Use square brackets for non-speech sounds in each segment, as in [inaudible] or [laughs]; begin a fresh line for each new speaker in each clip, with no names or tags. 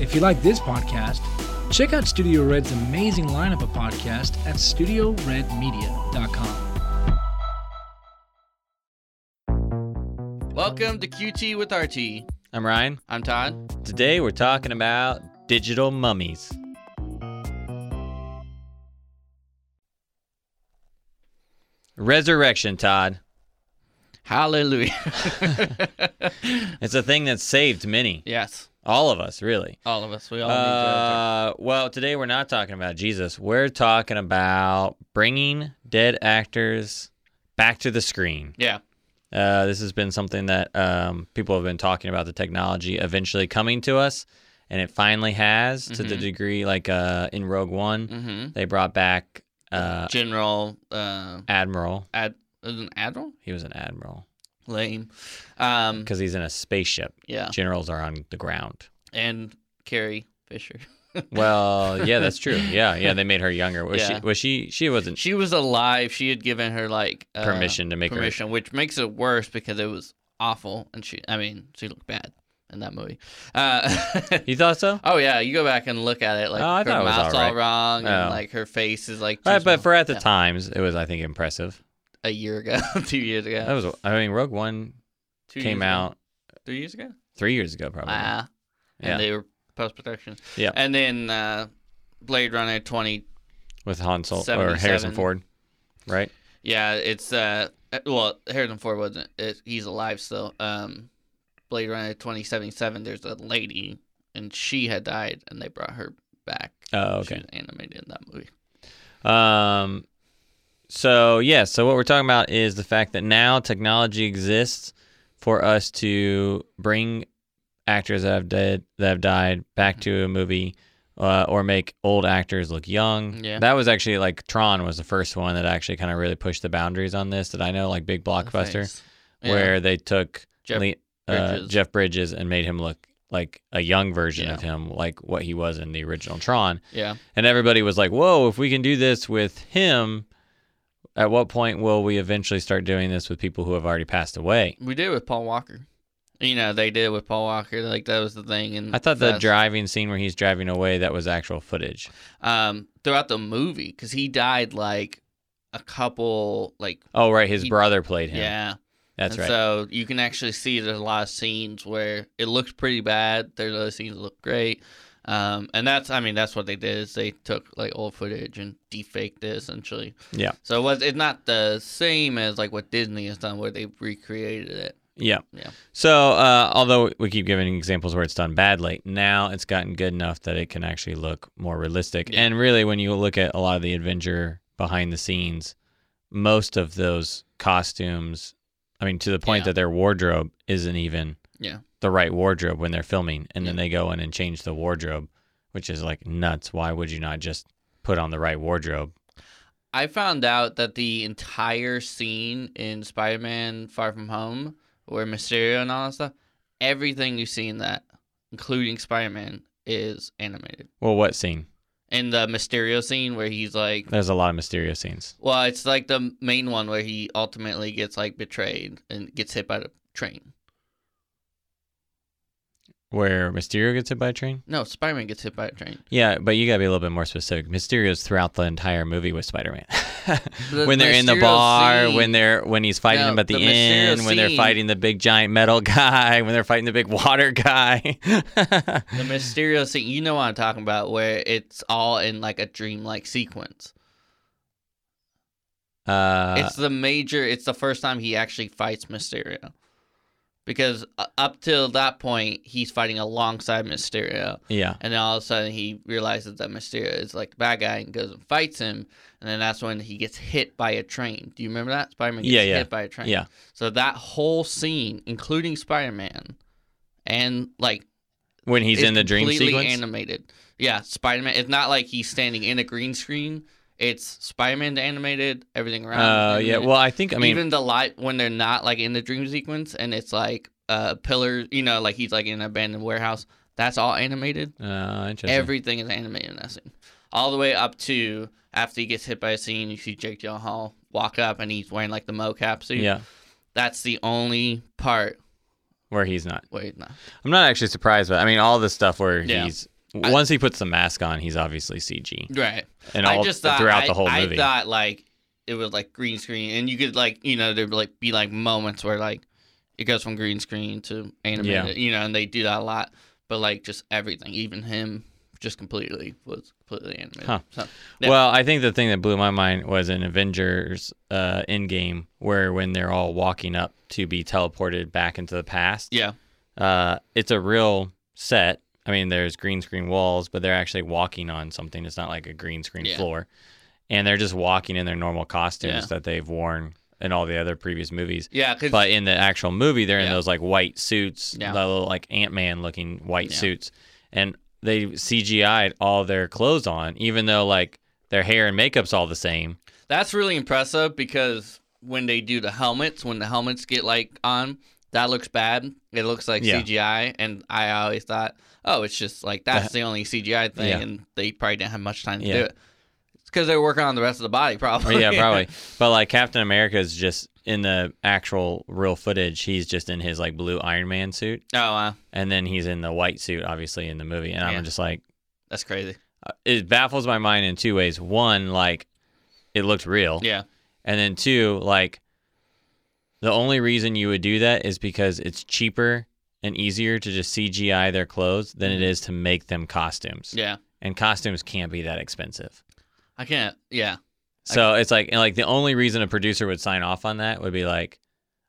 If you like this podcast, check out Studio Red's amazing lineup of podcasts at studioredmedia.com.
Welcome to QT with RT.
I'm Ryan.
I'm Todd.
Today we're talking about digital mummies. Resurrection, Todd. [laughs]
Hallelujah.
It's a thing that saved many.
yes,
All of us, really.
all of us. We all need
Uh, well, today we're not talking about Jesus. We're talking about bringing dead actors back to the screen.
to. Yeah.
Uh, this has been something that um, people have been talking about the technology eventually coming to us, and it finally has to the
Mhm.
degree like uh, in Rogue One,
Mm-hmm.
they brought back uh,
General uh,
Admiral.
Ad is it an admiral.
He was an admiral
Lame. Um.
because he's in a spaceship.
Yeah.
Generals are on the ground.
And Carrie Fisher. [laughs]
Well, yeah, that's true. Yeah, yeah, they made her younger. Was
Yeah.
she? Was she? She wasn't
She was alive. She had given her like uh,
permission to make
permission, which makes it worse because it was awful. And she, I mean, she looked bad in that movie. Uh, [laughs]
her. You thought so?
Oh yeah, you go back and look at it. Like
Oh, I
her
thought it was
mouth's
all
all,
right.
wrong,
Oh.
and like her face is like. too
All right, but
small.
for at the
Yeah.
times, it was I think impressive.
a year ago, [laughs] two years ago,
That was. I mean, Rogue One
two years
came
ago,
out
three years ago.
three years ago, probably.
Wow.
Yeah.
And they were post production.
Yeah.
And then uh, Blade Runner twenty.
with Han Sol or
77.
Harrison Ford, right?
Yeah, it's uh, well, Harrison Ford wasn't. It, he's alive still. Um, Blade Runner twenty seventy seven. There's a lady, and she had died, and they brought her back.
Oh,
She
okay.
was animated in that movie.
Um, so yeah, so what we're talking about is the fact that now technology exists for us to bring actors that have dead that have died back to a movie. Uh, or make old actors look young.
Yeah.
That was actually like Tron was the first one that actually kind of really pushed the boundaries on this. That I know, like big blockbuster,
Oh, Thanks. Yeah.
where they took
Jeff
Le- uh,
Bridges.
Jeff Bridges and made him look like a young version
Yeah.
of him, like what he was in the original Tron.
yeah,
And everybody was like, whoa, if we can do this with him, at what point will we eventually start doing this with people who have already passed away?
We did with Paul Walker. You know, they did with Paul Walker. Like that was the thing. And
I thought
Mm-hmm.
the
that's-
driving scene where he's driving away, that was actual footage.
um throughout the movie because he died like a couple like
Oh, right. His
He-
brother played him.
yeah.
That's
and
right.
So you can actually see there's a lot of scenes where it looks pretty bad. There's other scenes that look great. Um, and that's I mean that's what they did is they took like old footage and defaked it essentially.
Yeah.
So it was it's not the same as like what Disney has done where they recreated it.
yeah.
Yeah.
So, uh, although we keep giving examples where it's done badly, now it's gotten good enough that it can actually look more realistic.
Yeah.
And really, when you look at a lot of the adventure behind the scenes, most of those costumes, I mean, to the point
Yeah.
that their wardrobe isn't even
Yeah.
the right wardrobe when they're filming. And then
Yeah.
they go in and change the wardrobe, which is like nuts. Why would you not just put on the right wardrobe?
I found out that the entire scene in Spider Man Far From Home, where Mysterio and all that stuff, everything you see in that, including Spider Man, is animated.
Well, what scene?
In the Mysterio scene where he's like,
There's a lot of mysterious scenes.
well, it's like the main one where he ultimately gets like betrayed and gets hit by the train.
Where Mysterio gets hit by a train?
No, Spider Man gets hit by a train.
Yeah, but you gotta be a little bit more specific. Mysterio's throughout the entire movie with Spider-Man. [laughs]
The
when they're in the
Mysterio
bar,
scene-
when they're when he's fighting
No,
him at the,
the Mysterio
end, when they're
scene-
fighting the big giant metal [laughs] guy, when they're fighting the big water guy. [laughs]
The Mysterio scene, you know what I'm talking about, where it's all in like a dreamlike sequence.
uh,
it's the major. It's the first time he actually fights Mysterio, because uh, up till that point he's fighting alongside Mysterio,
yeah,
and then all of a sudden he realizes that Mysterio is like the bad guy and goes and fights him, and then that's when he gets hit by a train. Do you remember that Spider Man gets
Yeah, yeah.
hit by a train?
yeah.
So that whole scene, including Spider Man, and like
When he's
is
in the dream
completely
sequence.
animated. Yeah, Spider Man. It's not like he's standing in a green screen. It's Spider Man animated. Everything around. is
uh, yeah.
animated
Well, I think I mean
even the light when they're not like in the dream sequence and it's like uh pillars you know like he's like in an abandoned warehouse that's all animated
uh, interesting.
everything is animated in that scene all the way up to after he gets hit by a scene you see jake Gyllenhaal walk up and he's wearing like the mocap suit
yeah,
that's the only part
where he's not.
wait no
I'm not actually surprised, but I mean all the stuff where
Yeah.
he's
I-
Once he puts the mask on, he's obviously CG.
Right.
And all
I just thought,
throughout
I,
the whole
I
movie.
thought like it was like green screen, and you could like you know there'd be, like be like moments where like it goes from green screen to animated,
Yeah.
you know, and they do that a lot. But like just everything, even him, just completely was completely animated.
Huh.
So, yeah.
Well, I think the thing that blew my mind was in Avengers uh, Endgame, where when they're all walking up to be teleported back into the past,
yeah,
uh, it's a real set. I mean, there's green screen walls, but they're actually walking on something. It's not like a green screen
Yeah.
floor. And they're just walking in their normal costumes
Yeah.
that they've worn in all the other previous movies.
yeah, because
But in the actual movie, they're in
Yeah.
those like white suits,
Yeah.
the little like Ant Man looking white
Yeah.
suits, and they CGI'd all their clothes on, even though like their hair and makeup's all
[laughs]
the same.
that's really impressive because when they do the helmets, when the helmets get like on. That looks bad. It looks like
Yeah.
CGI, and I always thought, oh, it's just like that's the only CGI thing,
Yeah.
and they probably didn't have much time to
Yeah.
do it. It's because they're working on the rest of the body,
Or,
probably.
yeah, probably. But like Captain America is just in the actual real footage. He's just in his like blue Iron Man suit,
[laughs] oh, wow.
and then he's in the white suit, obviously in the movie. And
Yeah.
I'm just like,
That's crazy.
it baffles my mind in two ways. One, like it looked real.
Yeah.
And then two, like the only reason you would do that is because it's cheaper and easier to just CGI their clothes than it is to make them costumes.
Mm-hmm. Yeah.
And costumes can't be that expensive.
I can't. Yeah.
So it's like and like the only reason a producer would sign off on that would be like,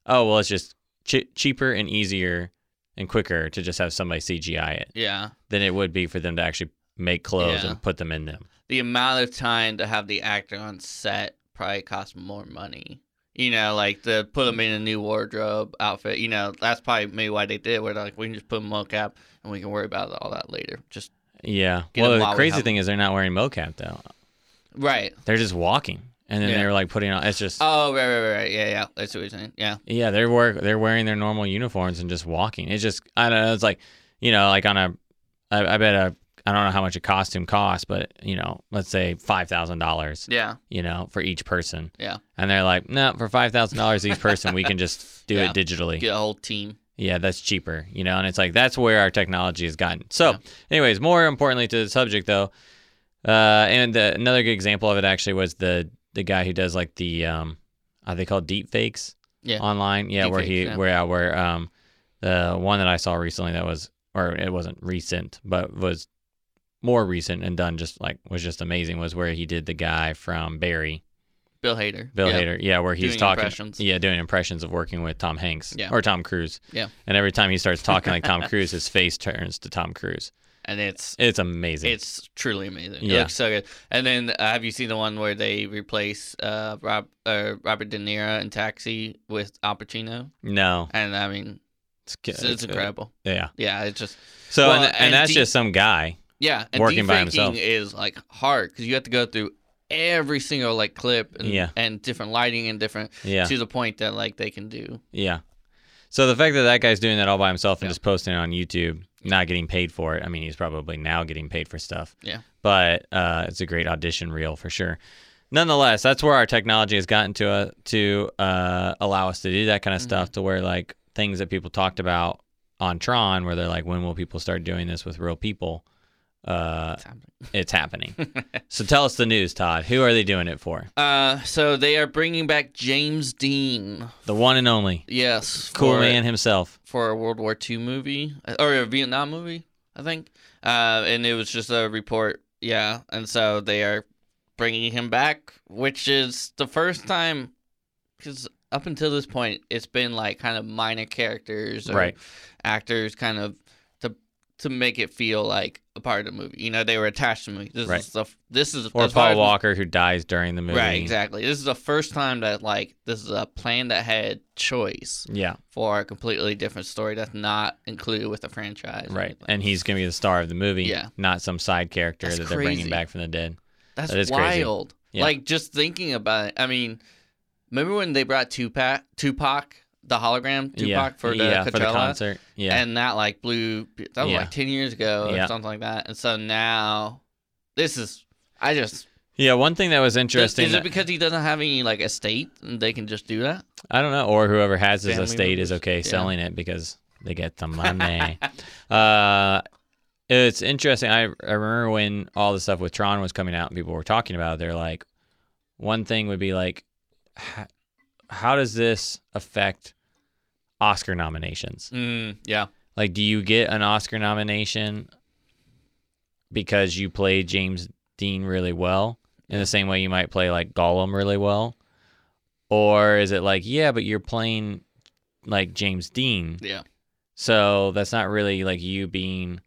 oh well, it's just ch- cheaper and easier and quicker to just have somebody CGI it
Yeah.
than it would be for them to actually make clothes
Yeah.
and put them in them.
The amount of time to have the actor on set probably costs more money. You know, like to put them in a new wardrobe outfit. You know, that's probably maybe why they did. Where they're like, we can just put them mocap and we can worry about all that later. Just
Yeah.
Get
well,
them
the
while we
crazy
have
thing is they're not wearing mocap though.
right.
They're just walking, and then
Yeah.
they're like putting on. It's just
Oh, right, right, right, right. Yeah, yeah. That's what you're saying. Yeah.
yeah, they're work. They're wearing their normal uniforms and just walking. It's just I don't know. It's like you know, like on a, I, I bet a. I don't know how much a costume costs, but you know, let's say five thousand dollars.
Yeah.
You know, for each person.
Yeah.
And they're like, no, for five thousand dollars each person, we can just do
Yeah.
it digitally.
Get a whole team.
Yeah, that's cheaper, you know, and it's like that's where our technology has gotten. So,
Yeah.
anyways, more importantly to the subject though, uh, and the, another good example of it actually was the the guy who does like the um, are they called deep fakes?
Yeah.
online, yeah, where he
Deepfakes, yeah.
where yeah, where um, the one that I saw recently that was or it wasn't recent, but was more recent and done just like was just amazing was where he did the guy from Barry,
Bill Hader.
Bill
yeah.
Hader, yeah, where he's
Doing
talking,
impressions.
yeah, doing impressions of working with Tom Hanks
Yeah.
or Tom Cruise,
Yeah.
and every time he starts talking
[laughs]
like Tom Cruise, his face turns to Tom Cruise.
And it's
It's amazing.
It's truly amazing. It
Yeah.
looks so good. And then uh, have you seen the one where they replace uh, Rob uh, Robert De Niro in Taxi with Al Pacino?
no,
And I mean,
it's,
it's, it's incredible.
Yeah.
Yeah, it's just
So
Well,
and, and,
and
that's
deep-
just some guy.
yeah. And
Working by
deepfaking
himself.
is like hard because you have to go through every single like clip and,
Yeah.
and different lighting and different
Yeah.
to the point that like they can do
Yeah. So the fact that that guy's doing that all by himself and
Yeah.
just posting it on YouTube, not getting paid for it. I mean, he's probably now getting paid for stuff.
Yeah.
But uh, it's a great audition reel for sure. Nonetheless, that's where our technology has gotten to uh, to uh, allow us to do that kind of stuff.
Mm-hmm.
To where like things that people talked about on Tron, where they're like, when will people start doing this with real people? Uh,
[laughs]
it's happening. so tell us the news, Todd. Who are they doing it for?
uh so they are bringing back james dean
The one and only
yes
cool
for-
man himself.
for a World War II movie uh, or a Vietnam movie, I think. Uh, and it was just a report, yeah. And so they are bringing him back, which is the first time because up until this point, it's been like kind of minor characters or
Right.
actors, kind of to to make it feel like a part of the movie. You know, they were attached to the movie. This
Right.
is the f- this is
Or
as far
Paul
as-
Walker, who dies during the movie.
Right, exactly. This is the first time that like this is a planned ahead choice
Yeah,
for a completely different story that's not included with the franchise. or
right.
anything.
And he's gonna be the star of the movie.
Yeah.
not some side character
That's
that they're bringing
crazy.
back from the dead.
that's
that is crazy.
wild.
Yeah.
Like just thinking about it. I mean, remember when they brought Tupac, Tupac, the hologram Tupac
yeah,
for the
yeah,
Coachella,
for the concert. Yeah,
and that like blew. That was
Yeah.
like ten years ago or
Yeah.
something like that. And so now, this is. I just
yeah. One thing that was interesting.
Is it
that-
because he doesn't have any like estate and they can just do that?
I don't know, or whoever has his
Family
estate is
members.
okay
Yeah. [laughs]
selling it because they get the money. uh, it's interesting. I, I remember when all the stuff with Tron was coming out and people were talking about it. They're like, one thing would be like, h- how does this affect Oscar nominations?
Mm, yeah.
Like, do you get an Oscar nomination because you play James Dean really well in the same way you might play like Gollum really well? Or is it like, yeah, but you're playing like James Dean.
Yeah.
So that's not really like you being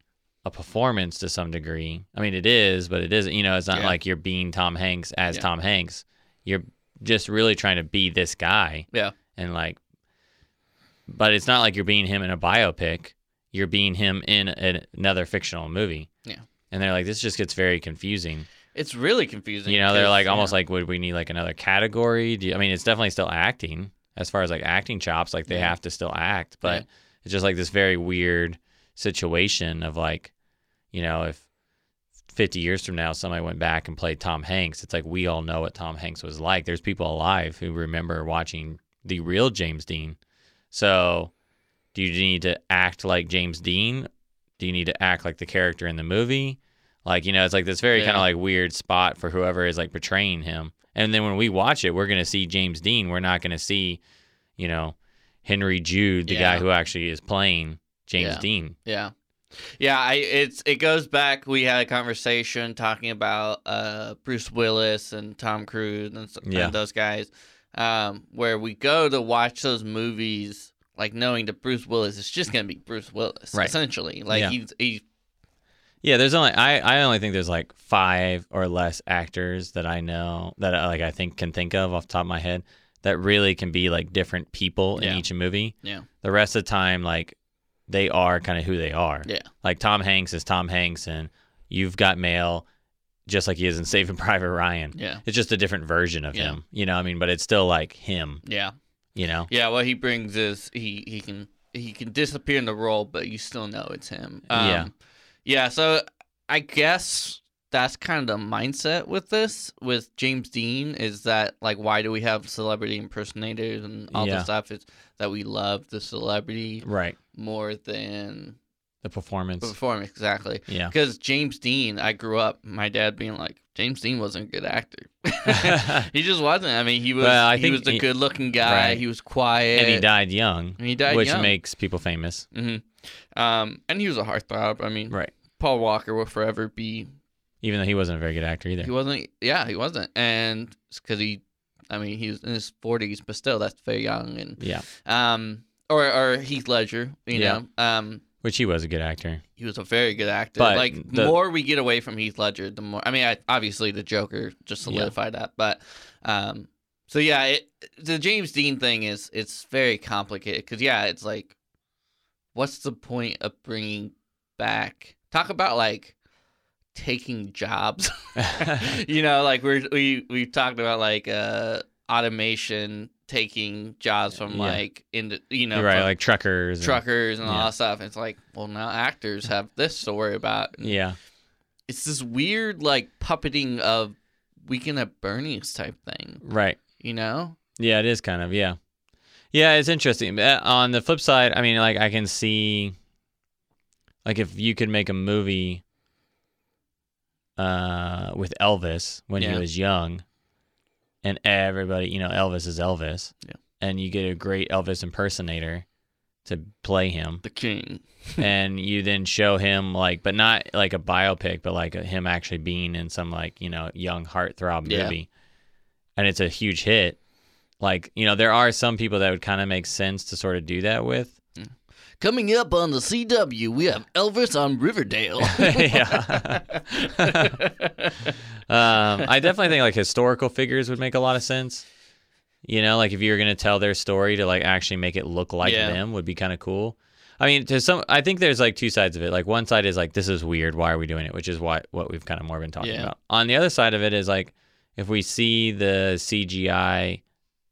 a performance to some degree. I mean, it is, but it isn't. You know, it's not
Yeah.
like you're being Tom Hanks as
Yeah.
Tom Hanks. You're just really trying to be this guy.
Yeah.
And like, but it's not like you're being him in a biopic. You're being him in an, another fictional movie.
Yeah.
And they're like, this just gets very confusing.
It's really confusing.
You know, they're
'cause,
like almost
yeah.
like, would we need like another category? Do you, I mean, it's definitely still acting as far as like acting chops. Like they
Yeah.
have to still act, but it's just like this very weird situation of like, you know, if 50 years from now somebody went back and played Tom Hanks, it's like we all know what Tom Hanks was like. There's people alive who remember watching the real James Dean. So do you need to act like James Dean? Do you need to act like the character in the movie? Like, you know, it's like this very kind
Yeah.
of like weird spot for whoever is like portraying him. And then when we watch it, we're going to see James Dean. We're not going to see, you know, Henry Jude, the guy
Yeah.
who actually is playing James
Yeah.
Dean.
Yeah. Yeah, I it's it goes back. We had a conversation talking about uh Bruce Willis and Tom Cruise and, s-
Yeah.
and those guys, um, where we go to watch those movies, like knowing that Bruce Willis is just gonna be Bruce Willis,
Right.
essentially. Like
Yeah.
he's he's
Yeah, there's only I, I only think there's like five or less actors that I know that I, like I think can think of off the top of my head that really can be like different people in
Yeah.
each movie.
Yeah.
The rest of the time, like they are kind of who they are.
Yeah.
Like Tom Hanks is Tom Hanks, and you've got mail, just like he is in [laughs] Saving Private Ryan.
yeah,
It's just a different version of
Yeah.
him. You know, what I mean, but it's still like him.
yeah.
You know.
Yeah, what he brings is he he can he can disappear in the role, but you still know it's him. Um,
Yeah.
yeah. So I guess that's kind of the mindset with this with James Dean is that like why do we have celebrity impersonators and all
Yeah.
this stuff is that we love the celebrity
Right.
more than
The performance.
the performance exactly [laughs]
yeah. [laughs]
because James Dean I grew up my dad being like James Dean wasn't a good
[laughs]
actor [laughs] he just wasn't I mean he was
Well, I
he
think
was the
he-
good looking guy
Right.
he was quiet
and he died young,
and he died
which
young.
makes people famous.
hmm Um, and he was a heartthrob. I mean,
Right.
Paul Walker will forever be.
Even though he wasn't a very good actor either.
He wasn't. Yeah, he wasn't. And because he, I mean, he was in his forties, but still, that's very young. And
Yeah.
um, or or Heath Ledger, you
Yeah.
know, um,
Which he was a good
[laughs]
actor. [laughs]
he was a very good actor.
But
like
the-
more we get away from Heath Ledger, the more. I mean, I, obviously the Joker just
Yeah.
solidified that. But um, so yeah, it, the James Dean thing is it's very complicated because yeah, it's like, what's the point of bringing back? Talk about like taking jobs. [laughs] you know, like we're we we've talked about like uh automation taking jobs from
Yeah.
like in the, you know
You're right,
from-
like truckers. and-
truckers and all
Yeah.
that stuff. It's like, well, now actors have this to worry about. And
yeah.
It's this weird, like, puppeting of Weekend at Bernie's type thing,
Right.
you know?
Yeah, it is kind of. Yeah. Yeah, it's interesting. Uh, On the flip side, I mean, like, I can see, like, if you could make a movie uh, with Elvis when
Yeah.
he was young, and everybody, you know, Elvis is Elvis.
Yeah.
And you get a great Elvis impersonator to play him.
The king.
and you then show him like, but not like a biopic, but like him actually being in some like you know young heartthrob
Yeah.
movie, and it's a huge hit. Like you know, there are some people that would kind of make sense to sort of do that with.
Coming up on the CW, we have Elvis on
[laughs]
Riverdale.
yeah, [laughs] um, I definitely think like historical figures would make a lot of sense. You know, like if you were gonna tell their story to like actually make it look like
Yeah.
them would be kind of cool. I mean, to some, I think there's like two sides of it. Like one side is like this is weird. Why are we doing it? Which is why what we've kind of more been talking
Yeah.
about. On the other side of it is like if we see the CGI,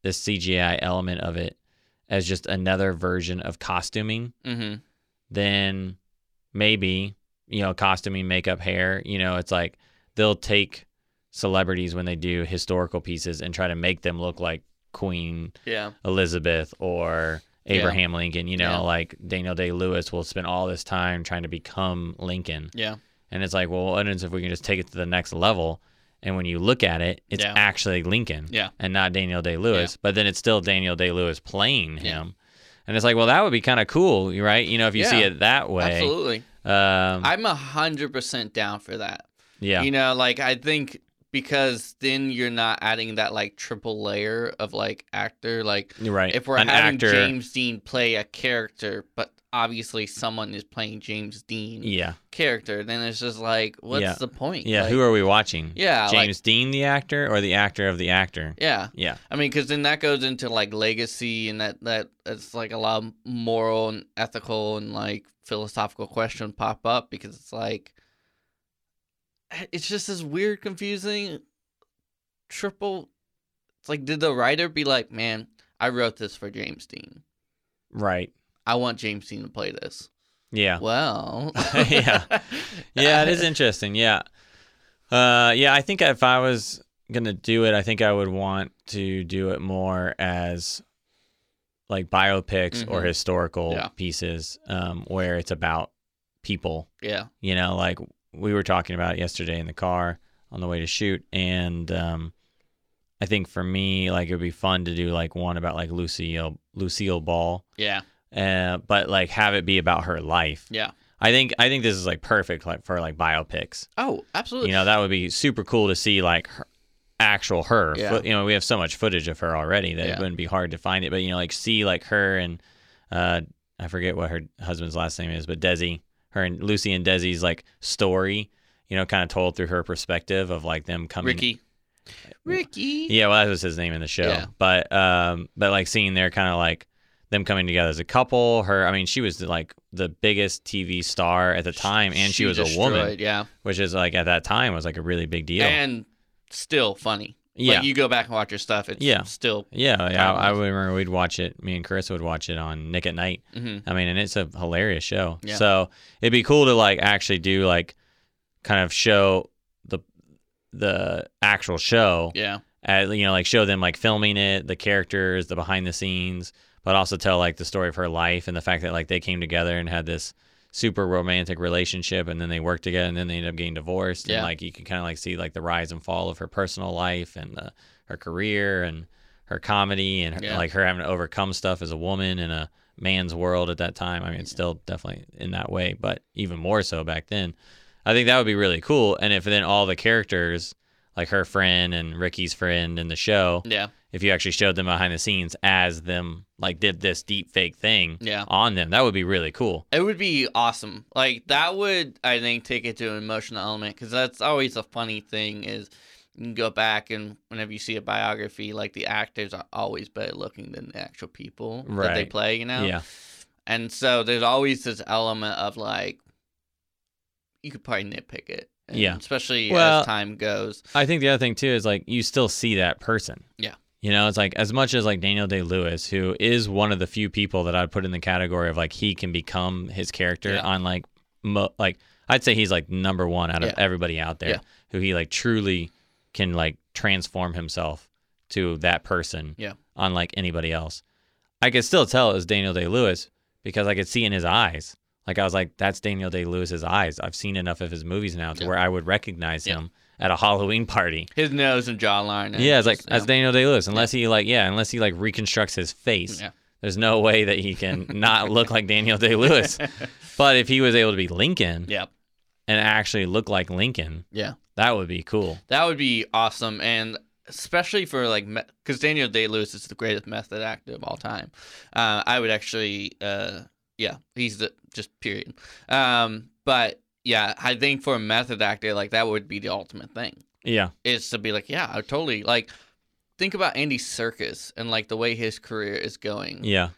the CGI element of it as just another version of costuming
hmm
then maybe you know costuming makeup hair you know it's like they'll take celebrities when they do historical pieces and try to make them look like queen
Yeah.
elizabeth or Abraham Lincoln. You know,
Yeah.
like Daniel Day Lewis will spend all this time trying to become Lincoln.
Yeah.
And it's like, well, what if we can just take it to the next level? And when you look at it, it's
Yeah.
actually Lincoln
Yeah.
and not Daniel Day Lewis. But then it's still Daniel Day Lewis playing
Yeah.
him. And it's like, well, that would be kind of cool, right? You know, if you see
Yeah.
it that way.
Absolutely.
Um,
I'm a hundred percent down for that.
yeah.
You know, like I think because then you're not adding that like triple layer of like actor. Like
You're right.
if we're
An
having
actor.
James Dean play a character, but obviously someone is playing James Dean
yeah.
character, then it's just like, what's
Yeah.
the point?
Yeah.
Like,
Who are we watching?
Yeah, like-
James Dean, the actor, or the actor of the actor?
yeah.
Yeah.
I mean, because then that goes into like legacy, and that that it's like a lot of moral and ethical and like philosophical question pop up because it's like eh, it's just this weird, confusing triple. It's like, did the writer be like, man, I wrote this for James Dean.
Right.
I want James Dean to play this.
Yeah.
Well,
[laughs] Yeah. yeah, it is interesting. Yeah. Uh, yeah, I think if I was going to do it, I think I would want to do it more as like biopics or
Mhm.
historical
Yeah.
pieces um, where it's about people.
[laughs] Yeah,
You know, like we were talking about it yesterday in the car on the way to shoot. And um, I think for me, like it would be fun to do like one about like Lucille, Lucille Ball,
yeah,
uh, but like have it be about her life.
yeah.
I think I think this is like perfect like for like biopics.
Oh, absolutely.
You know, that would be super cool to see like her, actual her.
Yeah.
Fo- You know, we have so much footage of her already that it
Yeah.
wouldn't be hard to find it. But you know, like see like her and uh, I forget what her husband's last name is, but Desi, her and Lucy and Desi's like story. You know, kind of told through her perspective of like them coming.
Ricky. Ricky.
Yeah, well, that was his name in the show.
Yeah.
But um, but like seeing their kind of like them coming together as a couple. Her, I mean, she was like the biggest TV star at the time, and she, was a woman,
destroyed, Yeah,
which is like at that time was like a really big deal.
and still funny.
yeah,
Like you go back and watch your stuff. It's
Yeah.
still.
yeah, yeah. I, I
timeless.
remember we'd watch it. Me and Carissa would watch it on Nick at Night.
hmm
I mean, and it's a hilarious show.
Yeah.
So it'd be cool to like actually do like kind of show the the actual show
Yeah.
at, you know, like show them like filming it, the characters, the behind the scenes, but also tell like the story of her life and the fact that like they came together and had this super romantic relationship and then they worked together and then they ended up getting divorced and
Yeah.
like you can kind of like see like the rise and fall of her personal life and uh her career and her comedy and her,
Yeah.
like her having to overcome stuff as a woman in a man's world at that time. I mean, it's still definitely in that way, but even more so back then. I think that would be really cool. And if then all the characters, like her friend and Ricky's friend in the show,
Yeah.
if you actually showed them behind the scenes as them, like did this deep fake thing
Yeah.
on them, that would be really cool.
It would be awesome. Like that would, I think, take it to an emotional element because that's always a funny thing is you can go back and whenever you see a biography, like the actors are always better looking than the actual people that they
Right.
play. You know.
Yeah.
And so there's always this element of like, you could probably nitpick it. and
Yeah.
Especially
Well-
as time goes.
I think the other thing too is like you still see that person.
Yeah.
You know, it's like as much as like Daniel Day Lewis, who is one of the few people that I'd put in the category of like he can become his character
Yeah.
on like, mo- like I'd say he's like number one out of
Yeah.
everybody out there
Yeah.
who he like truly can like transform himself to that person.
Yeah.
Unlike anybody else, I could still tell it was Daniel Day Lewis because I could see in his eyes. Like I was like, that's Daniel Day Lewis's eyes. I've seen enough of his movies now to
Yeah.
where I would recognize
Yeah.
him at a Halloween party.
His nose and jawline. and
Yeah, it's like
just,
that's Daniel Day Lewis. Unless he like yeah, unless he like reconstructs his face,
Yeah.
there's no way that
[laughs]
he can not look like Daniel Day Lewis. But if he was able to be Lincoln
Yeah.
and actually look like Lincoln,
Yeah.
that would be cool.
That would be awesome, and especially for like because Daniel Day Lewis is the greatest method actor of all time. Uh, I would actually, uh, yeah, he's the just period. Um, but yeah, I think for a method actor like that would be the ultimate thing
Yeah,
is to be like, yeah, I totally like. Think about Andy Circus and like the way his career is going.
yeah,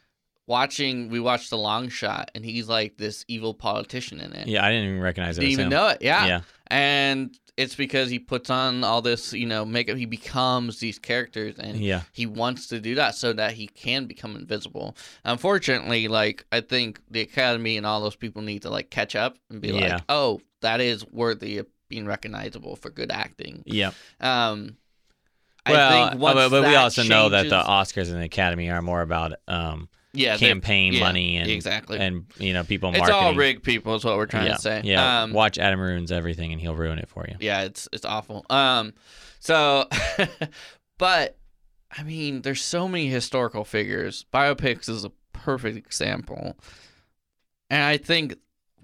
Watching, we watched The Long Shot, and he's like this evil politician in it.
yeah. I didn't even recognize it.
didn't
was
even
him.
know Ah. it.
Yeah,
and it's because he puts on all this you know makeup he becomes these characters and
yeah,
he wants to do that so that he can become invisible unfortunately like i think the academy and all those people need to like catch up and be
Yeah.
like oh that is worthy of being recognizable for good acting
yeah.
um
Well, uh,
I think once
but, but we
that
also know that the
changes-
Oscars and the Academy are more about um,
yeah, they're-
campaign
yeah,
money and
exactly.
and you know people
it's
marketing.
all rigged, people. Is what we're trying
yeah.
to say.
Yeah.
Um,
Watch Adam ruins everything and he'll ruin it for you.
yeah, it's it's awful. Um, so, [laughs] but I mean, there's so many historical figures. Biopics is a perfect example, and I think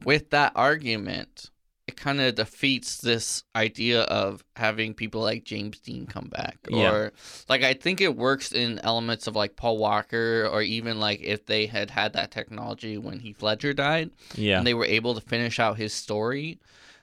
with that argument, it kind of defeats this idea of having people like James Dean come back, or
Yeah.
like I think it works in elements of like Paul Walker, or even like if they had had that technology when Heath Ledger died,
Yeah.
and they were able to finish out his story.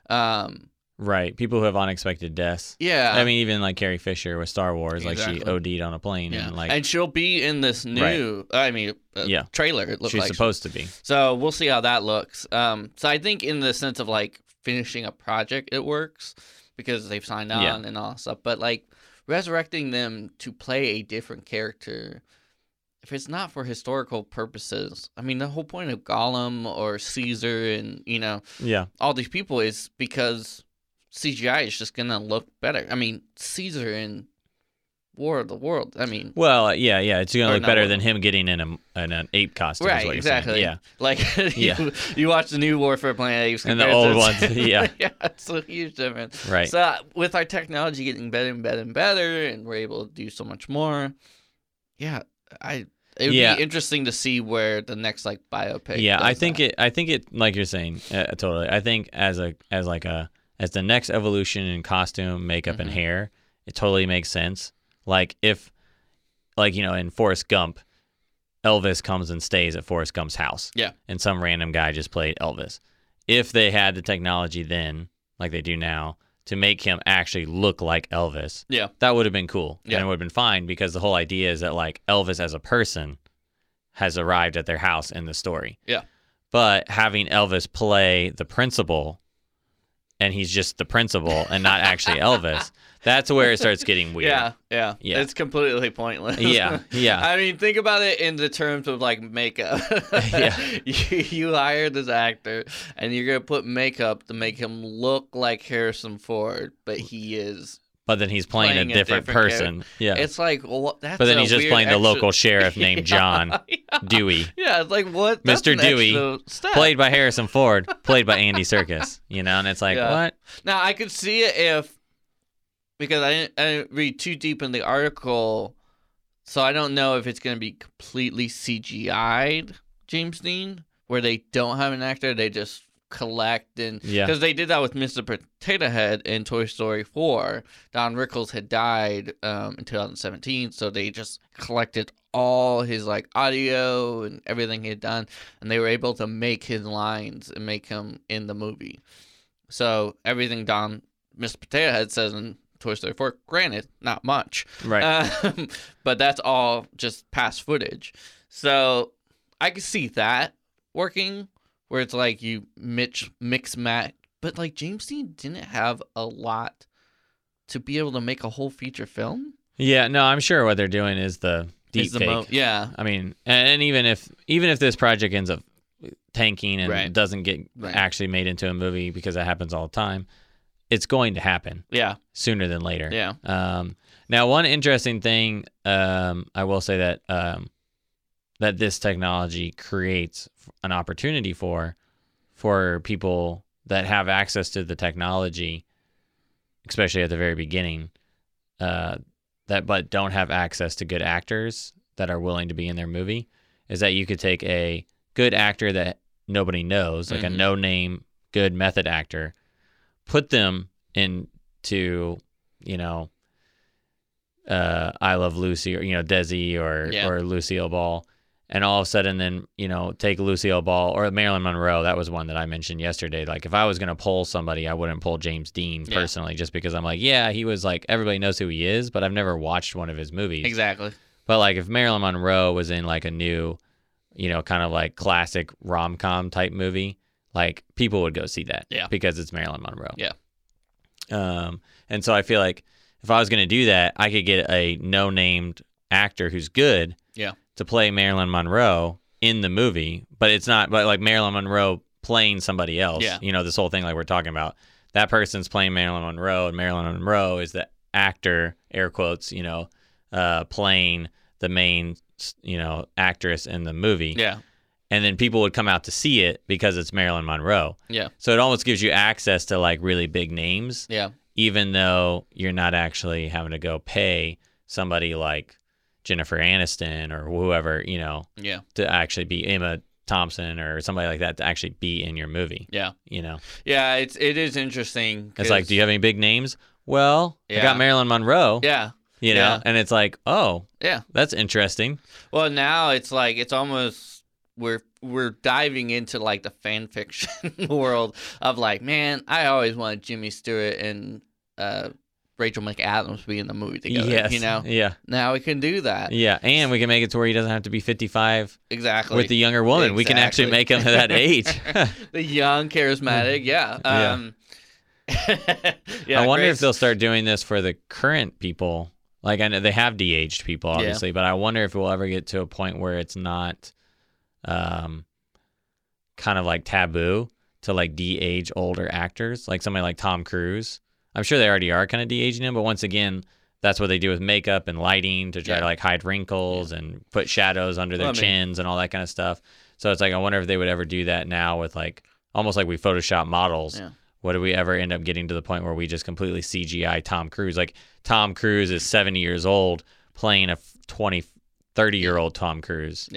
Um,
right. People who have unexpected deaths.
yeah,
I mean, even like Carrie Fisher with Star Wars, like
Uh, Exactly.
she OD'd on a plane
yeah,
and like
and she'll be in this new. I mean, uh,
Yeah.
trailer. It looks
she's
like
supposed to be.
so. We'll see how that looks. Um, so I think in the sense of like finishing a project, it works because they've signed on
Yeah.
and all that stuff. But like resurrecting them to play a different character. If it's not for historical purposes, I mean, the whole point of Gollum or Caesar and, you know,
Yeah.
all these people is because CGI is just gonna look better. I mean, Caesar in War of the World. I mean,
Well, yeah, yeah. It's gonna
Or
look
not
better
one.
than him getting in a in an ape costume. is
Right,
what you're saying.
exactly.
Yeah.
like [laughs]
Yeah.
you, you watch the new Warfare Planet of the Apes
And the
compared to-
old ones, yeah.
[laughs] yeah, it's a huge difference.
Right.
So with our technology getting better and better and better, and we're able to do so much more. Yeah, I. It would
Yeah.
be interesting to see where the next like biopic.
yeah, I
does
think
that.
it. I think it. Like you're saying, uh, totally. I think as a as like a as the next evolution in costume, makeup, and
Mhm.
hair, it totally makes sense. Like if, like you know, in Forrest Gump, Elvis comes and stays at Forrest Gump's house.
Yeah.
and some random guy just played Elvis. If they had the technology then, like they do now, to make him actually look like Elvis,
Yeah.
that would have been cool.
Yeah.
And it would have been fine because the whole idea is that like Elvis as a person has arrived at their house in the story.
Yeah.
But having Elvis play the principal and he's just the principal and not
[laughs]
actually Elvis, that's where it starts getting weird.
Yeah, yeah,
Yeah.
It's completely pointless.
Yeah.
[laughs]
Yeah.
I mean, think about it in the terms of like makeup.
[laughs] Yeah.
[laughs] you, you hire this actor and you're going to put makeup to make him look like Harrison Ford, but he is.
But then he's playing,
Playing
a
a
different,
different
person. Yeah.
It's like, well, that's
but then
a
he's just
weird
playing the
extra-
local sheriff named John
[laughs] Yeah.
Dewey.
Yeah, it's like, what? That's
Mr.
an
Dewey
extra step.
Played by Harrison Ford, played by Andy Serkis, you know, and it's like,
Yeah.
what?
Now I could see it if because I didn't, I didn't read too deep in the article, so I don't know if it's going to be completely CGI'd James Dean, where they don't have an actor, they just collect and
Yeah.
because they did that with Mr. Potato Head in Toy Story 4. Don Rickles had died um, in 2017, so they just collected all his like audio and everything he had done, and they were able to make his lines and make him in the movie. So everything Don Mr. Potato Head says in Toy Story 4, granted, not much,
Right.
um, [laughs] but that's all just past footage. So I could see that working where it's like you mix mix match, but like James Dean didn't have a lot to be able to make a whole feature film.
yeah, no, I'm sure what they're doing is the deep
Is the
fake.
mo- yeah,
I mean, and, and even if even if this project ends up tanking and
Right.
doesn't get
Right.
actually made into a movie because that happens all the time, it's going to happen
yeah,
sooner than later.
yeah.
Um, now, one interesting thing um, I will say that um, that this technology creates an opportunity for for people that have access to the technology, especially at the very beginning, uh, that but don't have access to good actors that are willing to be in their movie, is that you could take a good actor that nobody knows, like a
Mhm.
no-name good method actor, put them into you know, uh, I Love Lucy or, you know, Desi or,
Yeah.
or Lucille Ball. And all of a sudden, then, you know, take Lucille Ball or Marilyn Monroe. That was one that I mentioned yesterday. Like, if I was going to pull somebody, I wouldn't pull James Dean
Yeah.
personally, just because I'm like, yeah, he was like, everybody knows who he is, but I've never watched one of his movies.
Exactly.
But like if Marilyn Monroe was in like a new, you know, kind of like classic rom com type movie, like people would go see that.
Yeah.
Because it's Marilyn Monroe.
Yeah.
Um, and so I feel like if I was gonna do that, I could get a no named actor who's good
Yeah.
to play Marilyn Monroe in the movie, but it's not but like Marilyn Monroe playing somebody else.
Yeah.
You know, this whole thing like we're talking about. That person's playing Marilyn Monroe and Marilyn Monroe is the actor, air quotes, you know, uh, playing the main s- you know, actress in the movie.
Yeah.
And then people would come out to see it because it's Marilyn Monroe.
Yeah.
So it almost gives you access to like really big names,
Yeah.
even though you're not actually having to go pay somebody like Jennifer Aniston or whoever, you know,
Yeah.
to actually be Emma Thompson or somebody like that to actually be in your movie,
Yeah.
you know.
Yeah. It's it is interesting.
It's like,
'cause-
do you have any big names? Well, I
Yeah.
got Marilyn Monroe.
Yeah.
You know,
Yeah.
and it's like, oh,
Yeah.
that's interesting.
Well, now it's like it's almost we're we're diving into like the fan fiction [laughs] world of like, man, I always wanted Jimmy Stewart and uh, Rachel McAdams to be in the movie together.
yes.
You know,
Yeah.
now we can do that.
Yeah. And we can make it to where he doesn't have to be 55
Exactly.
with the younger woman. We can actually make
Exactly.
him that age.
the young, charismatic, yeah.
Mm-hmm. Yeah.
Um, [laughs] yeah,
I wonder
great.
if they'll start doing this for the current people. Like I know they have de-aged people,
Yeah.
obviously, but I wonder if we'll ever get to a point where it's not, um, kind of like taboo to like de-age older actors, like somebody like Tom Cruise. I'm sure they already are kind of de-aging him, but once again, that's what they do with makeup and lighting to try
Yeah.
to like hide wrinkles and put shadows under their
Well, I mean-
chins and all that kind of stuff. So it's like I wonder if they would ever do that now with like almost like we Photoshop models
Yeah.
what do we ever end up getting to the point where we just completely CGI Tom Cruise? Like Tom Cruise is 70 years old playing a f- 20, 30 year old Tom Cruise.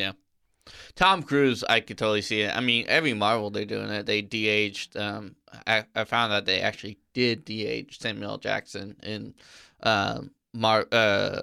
Tom Cruise, I could totally see it. I mean, every Marvel they're doing it. They de-aged. Um, I, I found that they actually did de-age Samuel L. Jackson in um, Mar- uh,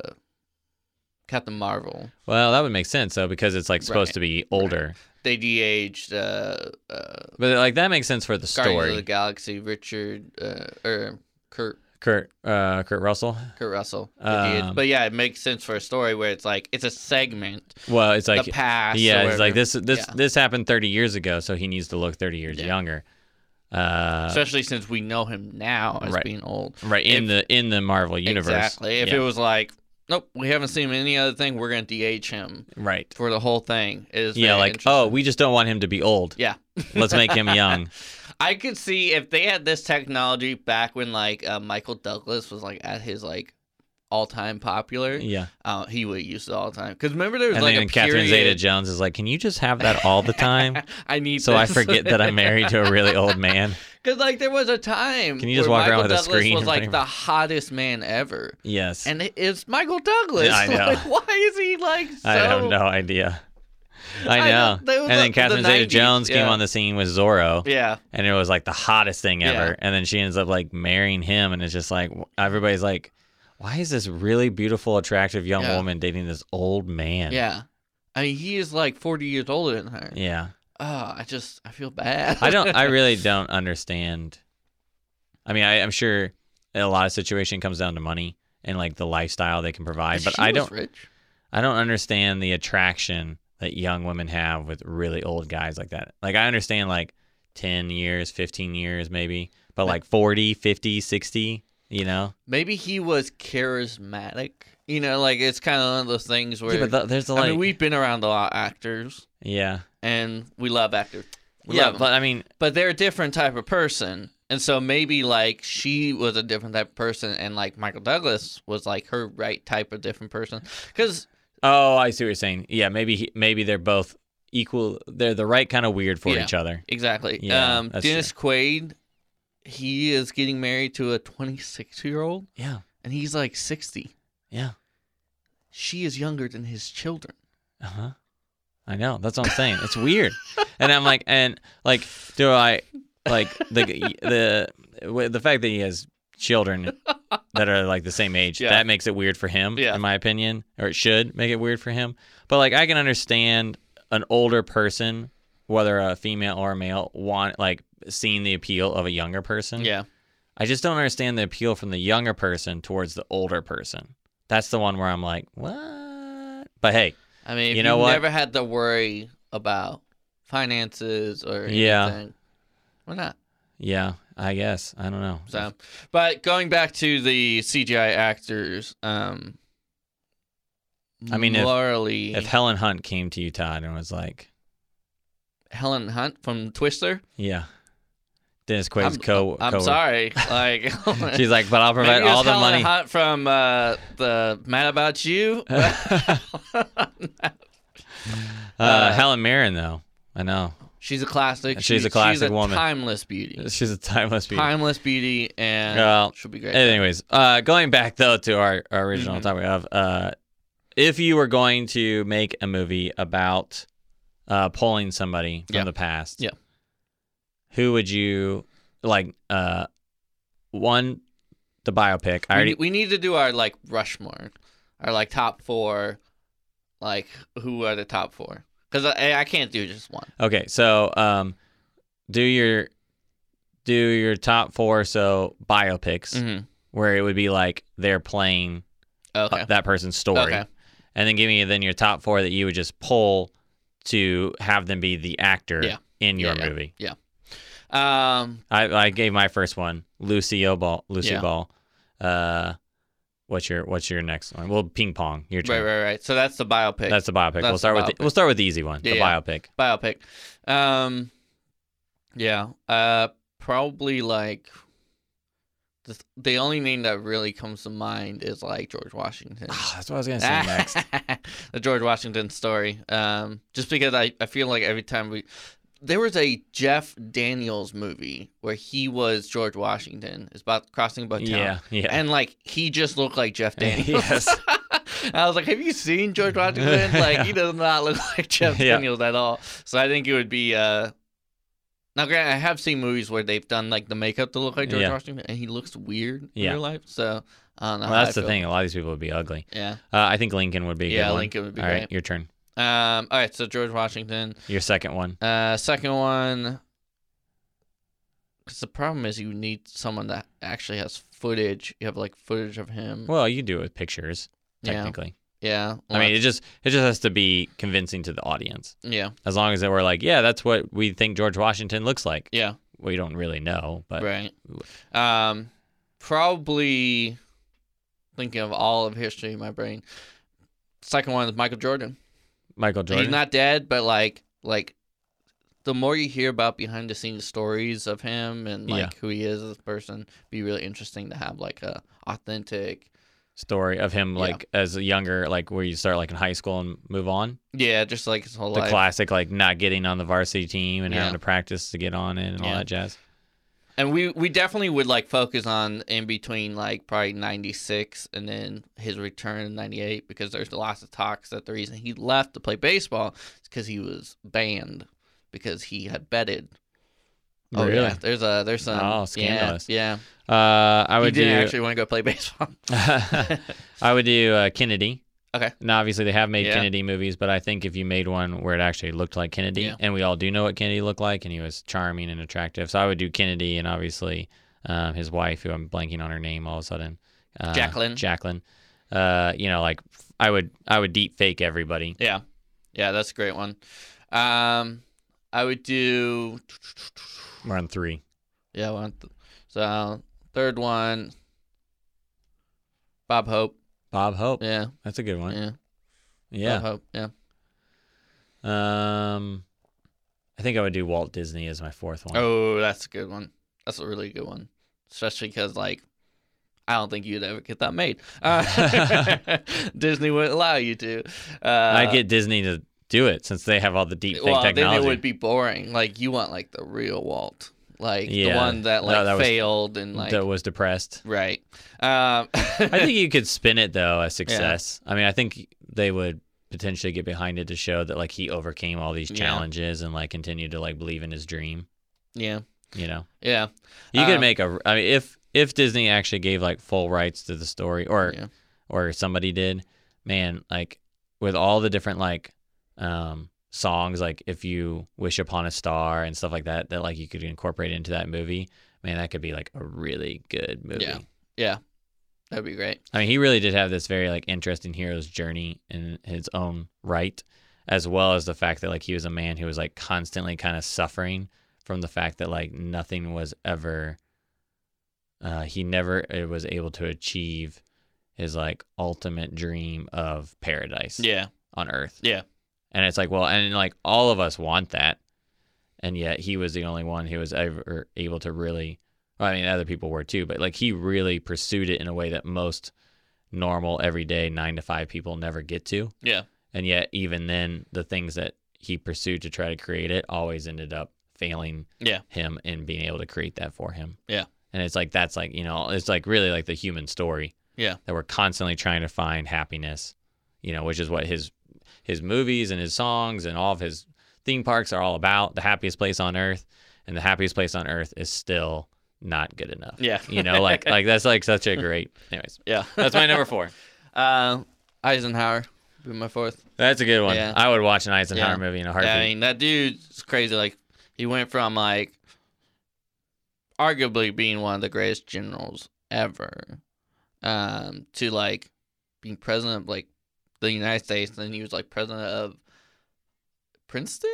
Captain Marvel.
Well, that would make sense though because it's like supposed
Right,
to be older.
They de-aged uh, uh,
But like that makes sense for the
Guardians of the
story.
Galaxy, Richard uh, or Kurt
Kurt uh, Kurt Russell.
Kurt Russell. They de-aged-
Um,
but yeah, it makes sense for a story where it's like it's a segment,
Well, it's
the
like
past. or
yeah, it's like
whatever.
this this
Yeah.
this happened 30 years ago, so he needs to look 30 years
Yeah.
younger. Uh,
Especially since we know him now as
Right.
being old.
right in the in the Marvel universe.
Exactly. If
Yeah,
it was like, nope, we haven't seen him in any other thing, we're gonna DH him
right.
for the whole thing. It is
Yeah,
very
like
interesting.
oh, we just don't want him to be old.
yeah.
Let's make him
[laughs]
young.
I could see if they had this technology back when like uh, Michael Douglas was like at his like all time popular,
Yeah.
uh, he would use it all the time. Because remember there was
and
like
then
a
Catherine Zeta
period.
Jones is like, "Can you just have that
[laughs]
all the time,
I need
so I forget that
[laughs]
I'm married to a really old man?"
Because like there was a time.
Can you just
where
walk around
Michael
with a
Douglas
screen
Was
in
like
front of
the
you?
hottest man ever,
Yes,
and it- it's Michael Douglas.
Yeah, I know.
[laughs] Like, why is he like? So...
I have no idea.
I
I know.
know. That was
and
the-
then
the
Catherine Zeta
90s,
Jones came
yeah.
on the scene with Zorro,
Yeah.
and it was like the hottest thing
Yeah.
ever. And then she ends up like marrying him, and it's just like wh- everybody's like, "Why is this really beautiful, attractive young
Yeah.
woman dating this old man?"
Yeah. I mean, he is like 40 years older than her.
yeah.
Oh, I just, I feel bad.
I don't.
[laughs]
I really don't understand. I mean, I, I'm sure a lot of situation comes down to money and like the lifestyle they can provide, but
She
I
was
don't.
Rich.
I don't understand the attraction that young women have with really old guys like that. Like I understand like 10 years, 15 years maybe, but like 40, 50, 60, you know?
Maybe he was charismatic. You know, like it's kind of one of those things where.
Yeah, but th- there's like
I mean, we've been around a lot of actors
yeah.
and we love actors. We
yeah,
love 'em.
but I mean,
but they're a different type of person. And so maybe like she was a different type of person and like Michael Douglas was like her right type of different person. Because,
oh, I see what you're saying. Yeah, maybe he, maybe they're both equal they're the right kind of weird for
Yeah.
each other.
exactly.
Yeah,
um,
that's
Dennis Quaid, he is getting married to a 26 year old.
Yeah.
and he's like 60.
Yeah.
She is younger than his children.
Uh huh. I know. That's what I'm saying. It's weird. and I'm like, and like, do I like the the with the fact that he has children that are like the same age?
Yeah.
That makes it weird for him,
Yeah.
in my opinion, or it should make it weird for him. But like, I can understand an older person, whether a female or a male, want like seeing the appeal of a younger person.
Yeah.
I just don't understand the appeal from the younger person towards the older person. That's the one where I'm like, what? But hey,
I mean, if
You know
you
what?
never had to worry about finances or anything.
Yeah.
Why not?
Yeah, I guess. I don't know.
So, but going back to the CGI actors, um,
I mean, if-
morally,
if Helen Hunt came to you, Todd, and was like,
Helen Hunt from Twister,
yeah, Dennis Quaid's
I'm,
co
I'm
co- [laughs]
sorry, like [laughs]
She's like, but I'll
Maybe [laughs]
[laughs] provide
it was
all the
Helen
money. [laughs]
Hunt from uh, the Mad About You.
Uh,
Uh,
Helen Mirren, though, I know
She's a classic.
She's a classic woman.
Timeless beauty.
she's a timeless beauty.
Timeless beauty, and
Well,
she'll be great.
Anyways, uh, going back though to our, our original
Mhm.
topic of uh, if you were going to make a movie about uh, pulling somebody from
Yeah.
the past,
Yeah.
who would you like? Uh, one, the biopic.
we,
I already
ne- we need to do our like Rushmore, our like top four, like who are the top four? Because I, I can't do just one.
okay. So um, do your do your top four. So biopics
Mm-hmm.
where it would be like they're playing uh,
Okay.
that person's story.
Okay.
and then give me then your top four that you would just pull to have them be the actor
Yeah.
in your
Yeah, yeah.
movie. Uh,
Um,
I, I gave my first one, Lucy Ball. Lucy
Yeah.
Ball. Uh, what's your what's your next one? Well, ping pong. Your
right,
turn.
right, right. So that's the biopic.
That's the biopic.
That's
we'll
the
start with the,
biopic.
we'll start with the easy one,
Yeah,
the
yeah.
biopic.
biopic. Um, yeah. Uh, probably like the, the only name that really comes to mind is like George Washington. [laughs]
Ah, [sighs] that's what I was gonna say next.
the George Washington story. Um, just because I, I feel like every time we. There was a Jeff Daniels movie where he was George Washington. It's about crossing Bucktown.
Yeah, yeah.
And like he just looked like
[laughs]
Jeff Daniels.
Yes.
[laughs] I was like, have you seen George
[laughs]
Washington? Like he does not look like Jeff
Yeah.
Daniels at all. So I think it would be uh now granted I have seen movies where they've done like the makeup to look like George
Yeah.
Washington and he looks weird in
Yeah.
real life. So I don't know.
well,
how
that's
I feel.
the thing. A lot of these people would be ugly.
Yeah.
Uh, I think Lincoln would be. A
Yeah,
good one.
Lincoln would be
All right,
great.
your turn.
Um all right, so George Washington.
Your second one.
Uh second one because the problem is you need someone that actually has footage. You have like footage of him.
Well, you do it with pictures
Yeah.
technically.
Yeah.
I mean, it just it just has to be convincing to the audience.
yeah.
as long as they were like, yeah, that's what we think George Washington looks like.
Yeah.
We don't really know, but
right. Um, probably thinking of all of history in my brain. Second one is Michael Jordan.
Michael Jordan.
He's not dead, but like like the more you hear about behind the scenes stories of him and like who he is as a person, be really interesting to have like a authentic.
story of him
Yeah.
like as a younger, like where you start like in high school and move on.
Yeah, just like his whole
The
life.
classic like not getting on the varsity team and
Yeah.
having to practice to get on it and all
Yeah.
that jazz.
And we we definitely would like focus on in between like probably ninety six and then his return in ninety eight because there's lots of talks that the reason he left to play baseball is because he was banned because he had betted. Oh yeah, there's a there's some
Oh,
yeah,
scandalous.
Yeah,
Uh, I
I
would
he didn't
do.
actually want to go play [laughs] baseball.
[laughs] I would do uh, Kennedy.
Okay.
Now, obviously, they have made
Yeah.
Kennedy movies, but I think if you made one where it actually looked like Kennedy,
Yeah.
and we all do know what Kennedy looked like, and he was charming and attractive, so I would do Kennedy and obviously um, his wife, who I'm blanking on her name all of a sudden, uh,
Jacqueline.
Jacqueline. Uh, you know, like I would, I would deep fake everybody.
yeah, yeah, that's a great one. Um, I would do
We're on three.
yeah one. Th- so third one, Bob Hope.
Bob Hope.
Yeah,
That's a good one.
yeah.
Yeah.
Bob Hope. Yeah.
Um, I think I would do Walt Disney as my fourth one.
Oh, that's a good one. That's a really good one, especially because like I don't think you'd ever get that made. Uh, [laughs] Disney wouldn't allow you to. Uh,
I'd get Disney to do it since they have all the deep fake
well,
technology.
then it would be boring. Like you want like the real Walt, like the
Yeah.
one that
No,
like
that was-
failed and like
that was depressed.
right. Um, [laughs]
I think you could spin it though as success. I mean, I think they would potentially get behind it to show that like he overcame all these
Yeah.
challenges and like continued to like believe in his dream.
yeah,
You know,
yeah,
you
Uh,
could make a. I mean, if if Disney actually gave like full rights to the story, or
yeah,
or somebody did, man, like with all the different like um songs, like if you wish upon a star and stuff like that, that like you could incorporate into that movie. Man, that could be like a really good movie.
Yeah. yeah. That'd be great.
I mean, he really did have this very like interesting hero's journey in his own right, as well as the fact that like he was a man who was like constantly kind of suffering from the fact that like nothing was ever. Uh, he never uh, was able to achieve his like ultimate dream of paradise
Yeah,
on earth.
Yeah.
And it's like, well, and like all of us want that. And yet he was the only one who was ever able to really, well, I mean, other people were too, but like he really pursued it in a way that most normal, everyday, nine to five people never get to.
yeah,
and yet even then the things that he pursued to try to create it always ended up failing
Yeah.
him and being able to create that for him
Yeah.
and it's like that's like you know it's like really like the human story
Yeah.
that we're constantly trying to find happiness you know which is what his his movies and his songs and all of his theme parks are all about the happiest place on earth and the happiest place on earth is still not good enough
Yeah.
you know like like that's like such a great anyways [laughs]
[laughs] Yeah.
that's my number four
Uh, Eisenhower would be my fourth.
that's a good one
Yeah.
i would watch an eisenhower
Yeah.
movie in a heartbeat
Yeah, I mean, that dude's crazy. Like, he went from, like, arguably being one of the greatest generals ever um, to, like, being president of, like, the United States. And then he was, like, president of Princeton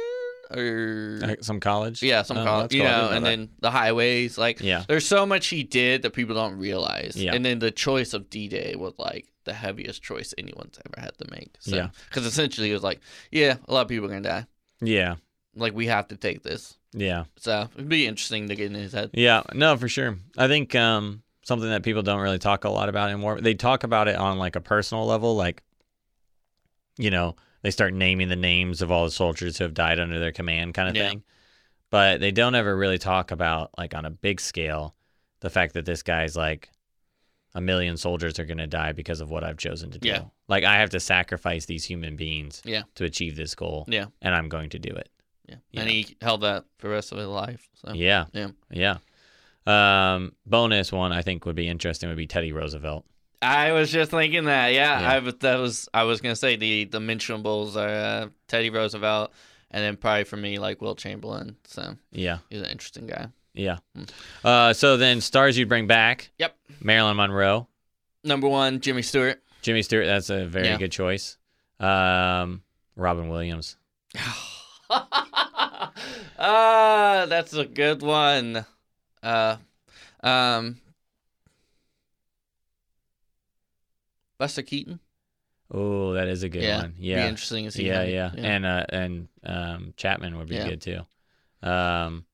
or.
Like some college
yeah, some
Oh,
college,
that's
you
cool. I didn't
know, and
that.
then the highways, like
Yeah.
there's so much he did that people don't realize.
Yeah.
And then the choice of D Day was like the heaviest choice anyone's ever had to make. So,
Yeah.
Because essentially it was like, yeah, a lot of people are going to die.
yeah
Like, we have to take this.
yeah
So it'd be interesting to get in his head.
Yeah, no, for sure. I think um, something that people don't really talk a lot about anymore. They talk about it on like a personal level, like you know, they start naming the names of all the soldiers who have died under their command, kind of
Yeah.
thing. But they don't ever really talk about like on a big scale the fact that this guy's like a million soldiers are going to die because of what I've chosen to do.
Yeah.
Like I have to sacrifice these human beings
Yeah.
to achieve this goal,
Yeah.
and I'm going to do it.
Yeah.
Yeah.
And he held that for the rest of his life. So,
Yeah.
Yeah.
Yeah. Um, bonus one I think would be interesting would be Teddy Roosevelt.
I was just thinking that. Yeah,
Yeah.
I was. That was. I was gonna say the the mentionables are uh, Teddy Roosevelt, and then probably for me like Will Chamberlain. So
Yeah.
he's an interesting guy.
Yeah. Uh, so then stars you'd bring back.
Hmm. Yep.
Marilyn Monroe,
Number one, Jimmy Stewart. [laughs]
Jimmy Stewart. That's a very
Yeah.
good choice. Um, Robin Williams.
ah, that's a good one. Uh, um, Buster Keaton.
Oh, that is a good
Yeah.
one.
Be
Yeah.
interesting to see.
Yeah,
him.
yeah. And uh, and um, Chapman would be
Yeah.
good too. Um,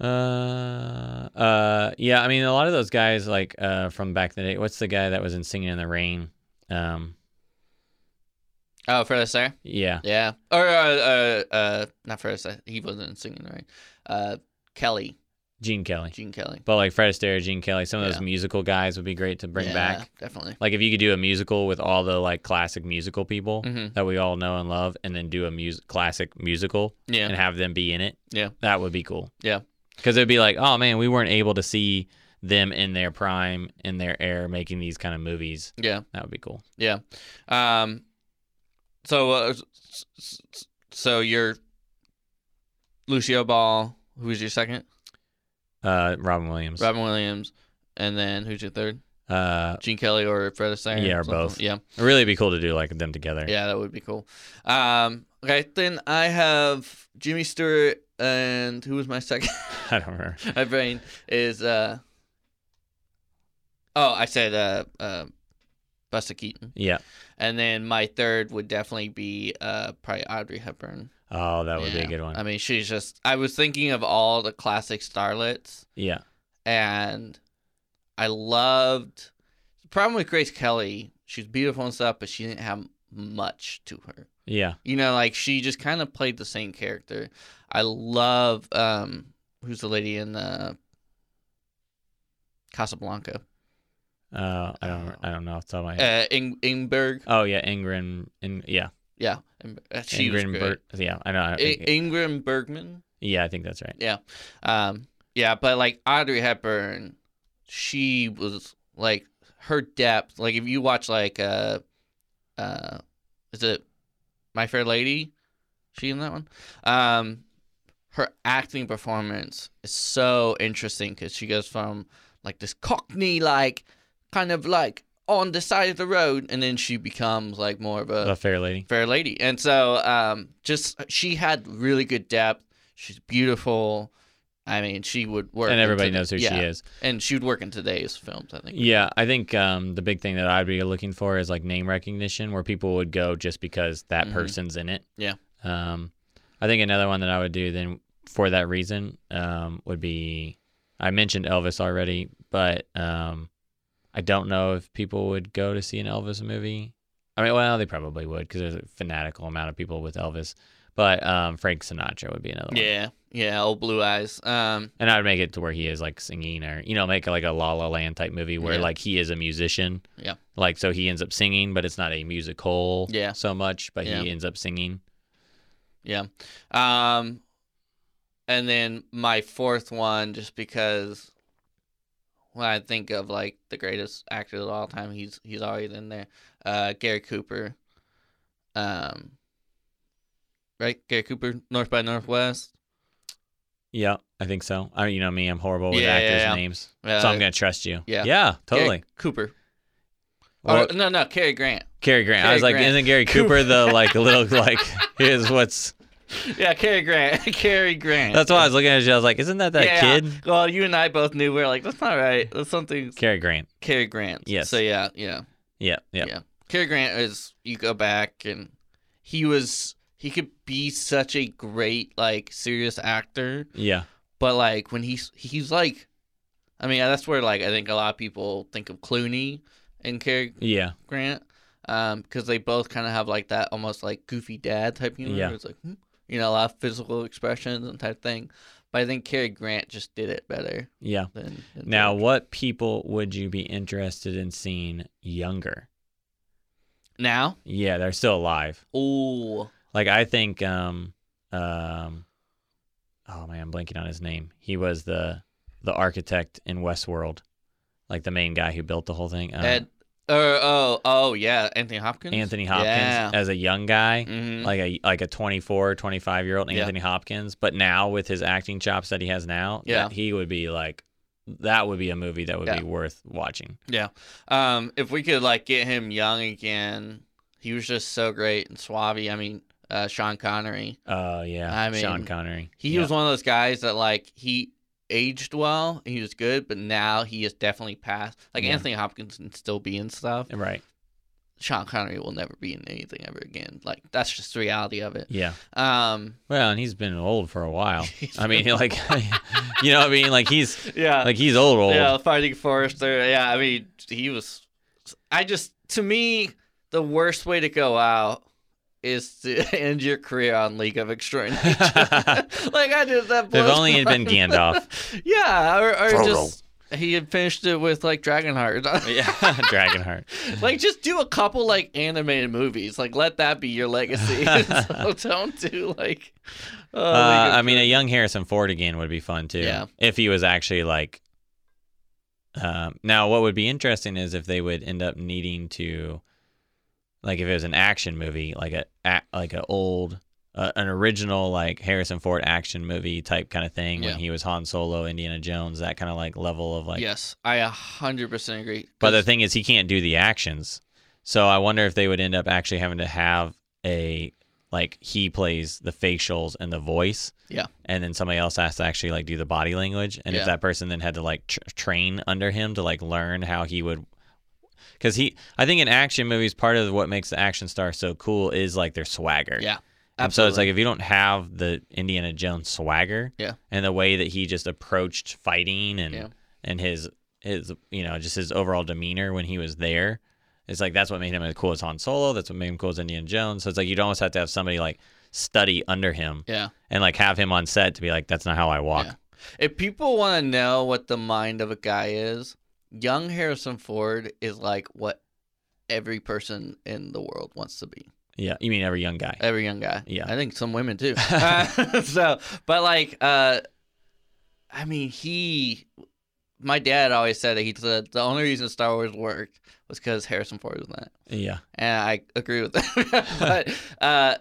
uh, uh, yeah. I mean, a lot of those guys like uh, from back in the day. What's the guy that was in Singing in the Rain? Um,
oh, Fred Astaire.
yeah,
Yeah. Or uh, uh, uh not Fred Astaire. He wasn't singing right. Uh, Kelly,
Gene Kelly.
Gene Kelly.
But like Fred Astaire, Gene Kelly, some of
Yeah.
those musical guys would be great to bring
Yeah,
back.
Definitely.
Like if you could do a musical with all the like classic musical people
hmm
that we all know and love, and then do a mus- classic musical
Yeah.
and have them be in it.
Yeah.
That would be cool.
Yeah.
Because it'd be like, oh man, we weren't able to see them in their prime, in their air, making these kind of movies.
Yeah.
That would be cool.
Yeah. Um. So, uh, s- s- s- so you're Lucio Ball. Who's your second?
Uh, Robin Williams.
Robin Williams, and then who's your third?
Uh,
Gene Kelly or Fred Astaire?
Yeah, or
something.
both.
Yeah,
it'd really be cool to do like them together.
yeah, that would be cool. Um. Okay, then I have Jimmy Stewart, and who was my second?
[laughs]
[laughs]
I don't remember.
my brain is uh. Oh, I said uh, uh, Buster Keaton,
Yeah.
and then my third would definitely be uh probably Audrey Hepburn.
Oh, that would be
Yeah.
a good one.
I mean, she's just. I was thinking of all the classic starlets,
yeah.
and I loved. The problem with Grace Kelly, she's beautiful and stuff, but she didn't have much to her.
Yeah.
You know, like she just kind of played the same character. I love um, who's the lady in the Casablanca?
Uh, I
Oh.
don't. I don't know off the top of my head.
Uh, Ing- Ingberg.
oh yeah, Ingrid. In, yeah.
Yeah, Ing- uh, she was
Ingrid
great.
Bert- yeah, I know. I,
I- Ingrid Bergman.
yeah, I think that's right.
Um, yeah, but like Audrey Hepburn, she was like her depth. Like if you watch like uh, uh, is it My Fair Lady? She in that one? Um, her acting performance is so interesting because she goes from like this Cockney like kind of like on the side of the road, and then she becomes like more of a
the Fair Lady.
fair lady and so um just she had really good depth she's beautiful i mean she would work
And
in
everybody
today-
knows who
yeah,
she is.
and she would work in today's films i think
Yeah, I think um, the big thing that I'd be looking for is like name recognition, where people would go just because that
Mhm.
person's in it.
Yeah.
Um, I think another one that I would do then for that reason um, would be I mentioned Elvis already, but um, I don't know if people would go to see an Elvis movie. I mean, well, they probably would because there's a fanatical amount of people with Elvis. But um, Frank Sinatra would be another one.
Yeah, yeah, old blue eyes. Um,
And I would make it to where he is like singing or, you know, make like a La La Land type movie where
Yeah.
like he is a musician.
Yeah.
Like, so he ends up singing, but it's not a musical
Yeah.
so much, but
Yeah.
he ends up singing.
yeah. Um, and then my fourth one, just because when I think of like the greatest actor of all time, he's he's always in there. Uh, Gary Cooper. Um, right, Gary Cooper, North by Northwest.
Yeah, I think so. I mean, you know me, I'm horrible with
Yeah, yeah,
actors'
yeah.
names.
Uh,
so I'm going to trust you.
yeah.
Yeah, totally.
Gary Cooper.
Well,
or, no, no, Cary Grant.
Cary Grant. I
Cary
was like,
Grant.
isn't
[laughs]
Gary Cooper the like little like here's what's
Yeah, Cary Grant. [laughs] Cary Grant.
that's why I was looking at you. I was like, isn't that that
Yeah.
kid?
Well, you and I both knew we were like, that's not right. That's something
Cary Grant.
Cary Grant.
Yes.
So yeah, yeah,
Yeah, yeah.
yeah. Cary Grant is you go back and he was he could be such a great like serious actor,
Yeah.
but like when he's he's like, I mean that's where like I think a lot of people think of Clooney and Cary
Yeah.
Grant, um, because they both kind of have like that almost like goofy dad type humor.
Yeah.
where It's like hmm, you know a lot of physical expressions and type thing, but I think Cary Grant just did it better
Yeah.
than, than
Now,
George.
what people would you be interested in seeing younger?
Now,
Yeah, they're still alive.
ooh,
Like I think um um oh man, I'm blanking on his name. He was the the architect in Westworld. Like the main guy who built the whole thing. Uh,
Ed, or oh, oh yeah, Anthony Hopkins.
Anthony Hopkins
Yeah.
as a young guy.
Mhm.
like a like a 24 25 year old
Yeah.
anthony hopkins but now with his acting chops that he has now
Yeah.
that he would be like that would be a movie that would
Yeah.
be worth watching
um, if we could like get him young again, he was just so great and suave. I mean, uh, Sean Connery.
oh yeah
I
sean
mean,
connery
He
Yeah.
was one of those guys that like he aged well, he was good, but now he is definitely past. Like
Yeah.
Anthony Hopkins can still be in stuff.
right
Sean Connery will never be in anything ever again. Like that's just the reality of
[laughs]
it.
yeah
Um,
well and he's been old for
[laughs]
a while i mean like [laughs] you know what i mean like he's
yeah,
like he's old old
Yeah, fighting Forrester. Yeah, I mean, he was. I just, to me, the worst way to go out is to [laughs] end your career on League of [laughs] Extraordinary. Gentlemen. like I just that.
if
blows [laughs]
only it had
my-
been gandalf
Yeah, or, or
Frodo.
just he had finished it with like Dragonheart. [laughs]
yeah [laughs] dragonheart
like just do a couple like animated movies. Like let that be your
[laughs]
legacy. [laughs] so don't do like. Uh,
uh,
League of-
i mean a young harrison ford again would be fun too
Yeah.
if he was actually like um, now what would be interesting is if they would end up needing to like if it was an action movie like a, a like an old uh, an original like harrison ford action movie type kind of thing
Yeah.
when he was han solo indiana jones that kind of like level of like
yes, I a hundred percent agree.
but the thing is, he can't do the actions. So I wonder if they would end up actually having to have a like he plays the facials and the voice.
Yeah.
And then somebody else has to actually like do the body language. And
Yeah.
if that person then had to like tr- train under him to like learn how he would. Because he, I think in action movies, part of what makes the action star so cool is like their swagger.
Yeah,
And so
absolutely.
it's like if you don't have the Indiana Jones swagger,
Yeah.
and the way that he just approached fighting and
Yeah.
and his his you know just his overall demeanor when he was there, it's like that's what made him as cool as Han Solo. That's what made him cool as Indiana Jones. So it's like you'd almost have to have somebody like study under him
yeah.
and like have him on set to be like, that's not how I walk.
Yeah. If people want to know what the mind of a guy is, young Harrison Ford is like what every person in the world wants to be.
Yeah, you mean every young guy?
Every young guy.
Yeah.
I think some women too. Uh, [laughs] so, but like, uh, I mean, he, my dad always said that he said the only reason Star Wars worked was because Harrison Ford was in it.
yeah,
And I agree with that. [laughs] but, uh,